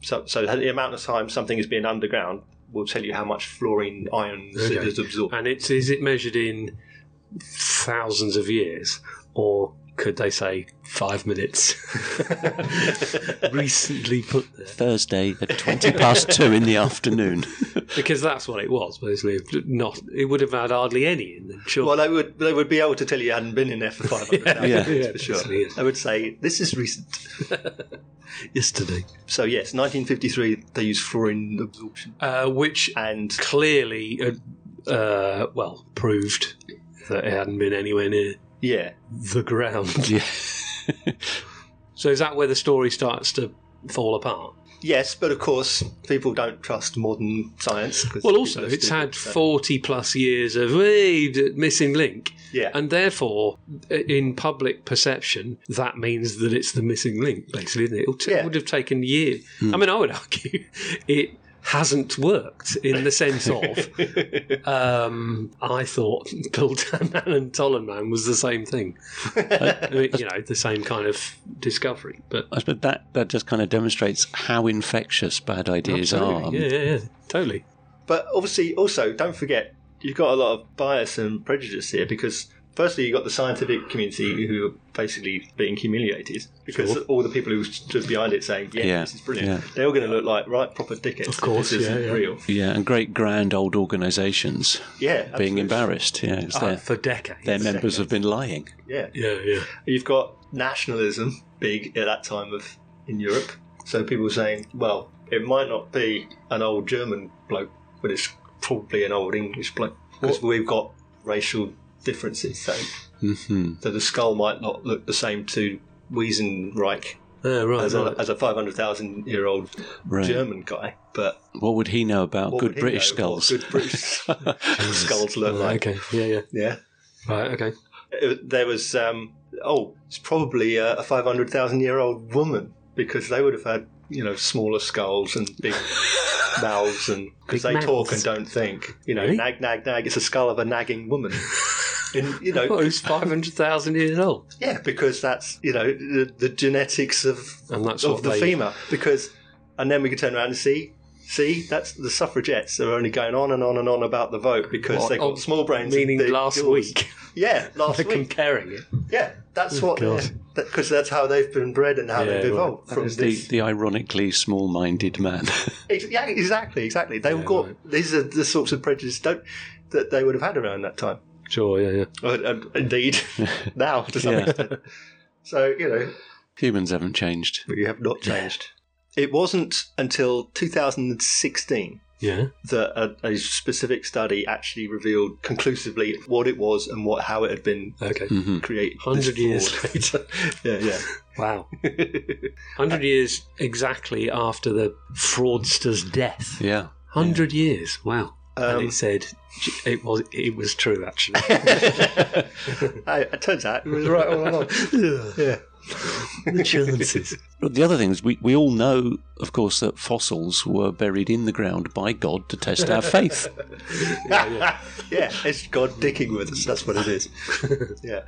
Speaker 1: So, so the amount of time something has been underground will tell you how much fluorine ions it
Speaker 2: Okay.
Speaker 1: has absorbed.
Speaker 2: And it's is it measured in thousands of years, or could they say five [LAUGHS] minutes? Recently put there
Speaker 3: Thursday
Speaker 1: [LAUGHS]
Speaker 3: at 20 past 2 in the afternoon.
Speaker 2: because that's what it was basically. Not it would have had hardly any in them. Sure.
Speaker 1: Well, they would they would be able to tell you hadn't been in there for 500 hours,
Speaker 2: [LAUGHS] Yeah.
Speaker 1: that's
Speaker 2: Yeah,
Speaker 1: for sure.
Speaker 2: definitely is.
Speaker 1: They would say, this is recent.
Speaker 2: [LAUGHS] Yesterday.
Speaker 1: So, yes, 1953, they used fluorine absorption.
Speaker 2: Uh, which
Speaker 1: and
Speaker 2: clearly, uh, uh, well, proved that it hadn't been anywhere near
Speaker 1: yeah
Speaker 2: the ground. Yeah. [LAUGHS] so is that where the story starts to fall apart?
Speaker 1: Yes, but of course, people don't trust modern science. 'cause
Speaker 2: Well,
Speaker 1: people
Speaker 2: also,
Speaker 1: are
Speaker 2: it's uh,
Speaker 1: stupid,
Speaker 2: had
Speaker 1: so-
Speaker 2: 40 plus years of "Hey, d- missing link.
Speaker 1: Yeah.
Speaker 2: And therefore, in public perception, that means that it's the missing link, basically, isn't it? It'll t- It would have taken years.
Speaker 1: Hmm.
Speaker 2: I mean, I would argue [LAUGHS] it hasn't worked in the sense
Speaker 1: [LAUGHS]
Speaker 2: of um, I thought [LAUGHS] Piltan Man and Tollan Man was the
Speaker 1: [LAUGHS]
Speaker 2: same thing. Uh, I mean, you know, the same kind of discovery. But
Speaker 3: I suppose that, that just kind of demonstrates how infectious bad ideas
Speaker 1: Um,
Speaker 3: are.
Speaker 2: Absolutely. yeah, yeah, yeah, totally.
Speaker 1: But obviously, also don't forget you've got a lot of bias and prejudice here because firstly you've got the scientific community who are basically being humiliated because
Speaker 2: Sure.
Speaker 1: all the people who stood behind it saying, "Yeah,
Speaker 3: Yeah,
Speaker 1: this is brilliant,"
Speaker 3: yeah.
Speaker 1: they're all going to look like right proper dickheads. Of
Speaker 2: course,
Speaker 1: this isn't
Speaker 2: yeah, yeah.
Speaker 1: real.
Speaker 3: Yeah, and great grand old organisations.
Speaker 1: Yeah,
Speaker 3: being
Speaker 1: absolutely. Ah,
Speaker 3: embarrassed. Yeah, it's
Speaker 2: Oh,
Speaker 3: their-
Speaker 2: for decades.
Speaker 3: Their members have been lying.
Speaker 1: Yeah,
Speaker 2: yeah, yeah.
Speaker 1: You've got nationalism big at that time of in Europe, so people saying, "Well, it might not be an old German bloke, but it's probably an old English bloke because we've got racial differences." So,
Speaker 3: hmm
Speaker 1: so the skull might not look the same to Wiesenreich
Speaker 2: Oh, right,
Speaker 1: as, a,
Speaker 2: right.
Speaker 1: as a 500,000 year old
Speaker 3: Right.
Speaker 1: German guy, but
Speaker 3: What would he know about
Speaker 1: What
Speaker 3: good
Speaker 1: would he
Speaker 3: British
Speaker 1: know what
Speaker 3: skulls?
Speaker 1: good
Speaker 2: [LAUGHS]
Speaker 3: [LAUGHS]
Speaker 1: British skulls look like.
Speaker 2: Okay, yeah, yeah.
Speaker 1: Yeah.
Speaker 2: Right, okay.
Speaker 1: It- there was um, oh, it's probably a, a five hundred thousand year old woman because they would have had you know smaller skulls and
Speaker 2: [LAUGHS]
Speaker 1: big mouths and because they
Speaker 2: Big
Speaker 1: talk
Speaker 2: mouths.
Speaker 1: and don't think. You know,
Speaker 2: Really? [LAUGHS]
Speaker 1: nag, nag, nag. It's a skull of a nagging woman. in you know
Speaker 2: Well, he's five hundred thousand years old.
Speaker 1: Yeah, because that's you know the, the genetics of
Speaker 2: And that's
Speaker 1: of
Speaker 2: what
Speaker 1: the
Speaker 2: they-
Speaker 1: femur. Because and then we can turn around and see. See, that's the suffragettes are only going on and on and on about the vote because
Speaker 2: What?
Speaker 1: they've got
Speaker 2: Oh,
Speaker 1: small brains. and
Speaker 2: meaning
Speaker 1: big
Speaker 2: last
Speaker 1: jaws.
Speaker 2: week. [LAUGHS]
Speaker 1: Yeah, [LAUGHS] last
Speaker 2: They're
Speaker 1: week.
Speaker 2: comparing it.
Speaker 1: Yeah, that's
Speaker 2: Oh,
Speaker 1: what
Speaker 2: God.
Speaker 1: because that's how they've been bred and how
Speaker 3: Yeah,
Speaker 1: they've
Speaker 3: well,
Speaker 1: evolved
Speaker 3: that
Speaker 1: from
Speaker 3: is
Speaker 1: this.
Speaker 3: the, the ironically small-minded man. [LAUGHS]
Speaker 1: Ex- Yeah, exactly, exactly. They've got these are the sorts of prejudice don't, that they would have had around that time.
Speaker 2: Sure, yeah, yeah.
Speaker 1: Uh, uh,
Speaker 2: [LAUGHS]
Speaker 1: indeed, now to some
Speaker 3: Yeah.
Speaker 1: extent. So you know,
Speaker 3: Humans haven't changed.
Speaker 1: But you have not changed. it wasn't until 2016
Speaker 2: Yeah.
Speaker 1: that a, a specific study actually revealed conclusively what it was and what how it had been
Speaker 2: Okay.
Speaker 3: Mhm.
Speaker 1: created. this
Speaker 2: 100 years
Speaker 1: fraud.
Speaker 2: later.
Speaker 1: [LAUGHS] yeah, yeah. [LAUGHS]
Speaker 2: Wow. 100 years exactly after the fraudster's death.
Speaker 3: Yeah.
Speaker 2: 100 years. Wow. [LAUGHS]
Speaker 1: Um,
Speaker 2: and it said it was it was true actually.
Speaker 1: [LAUGHS]
Speaker 2: [LAUGHS]
Speaker 1: I, it turns out [LAUGHS] it was right all along. yeah.
Speaker 2: the chances.
Speaker 3: But the other thing is, we, we all know, of course, that fossils were buried in the ground by God to test our faith.
Speaker 1: yeah, [LAUGHS] yeah. it's God dicking with us. That's what it
Speaker 2: [LAUGHS]
Speaker 1: is. Yeah.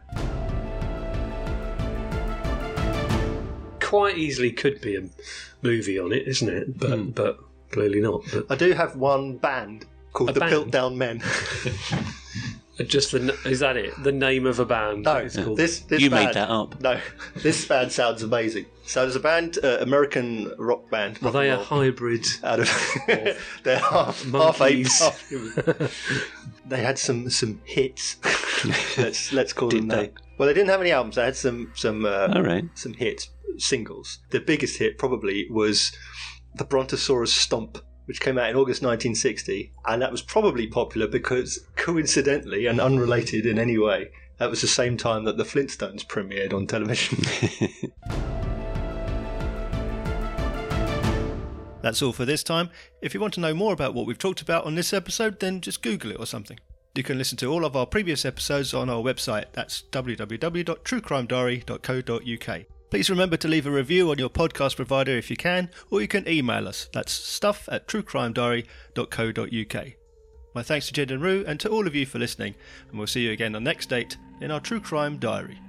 Speaker 2: Quite easily could be a movie on it, isn't it? But but clearly not. But
Speaker 1: I do have one band called
Speaker 2: A
Speaker 1: the
Speaker 2: band?
Speaker 1: Piltdown Men.
Speaker 2: just the n- is that it? The name of a band? No, Oh, it's called
Speaker 1: This, this
Speaker 3: You made
Speaker 1: band-
Speaker 3: that up.
Speaker 1: No, this band sounds amazing. So there's a band, uh, American rock band.
Speaker 2: Are they a hybrid?
Speaker 1: Out of, [LAUGHS] they're half, half ape,
Speaker 2: monkeys?
Speaker 1: half
Speaker 2: [LAUGHS]
Speaker 1: human. They had some some hits. let's let's call them that. Well, they didn't have any albums. They had some some uh,
Speaker 3: All right.
Speaker 1: some hits, singles. The biggest hit probably was the Brontosaurus Stomp, which came out in August 1960, and that was probably popular because coincidentally and unrelated in any way, that was the same time that the Flintstones premiered on television.
Speaker 11: That's all for this time. If you want to know more about what we've talked about on this episode, then just Google it or something. You can listen to all of our previous episodes on our website. That's www.truecrimediary.co.uk. Please remember to leave a review on your podcast provider if you can, or you can email us. That's stuff at truecrimediary.co.uk. My thanks to Jed and Rue and to all of you for listening, and we'll see you again on next date in our True Crime Diary.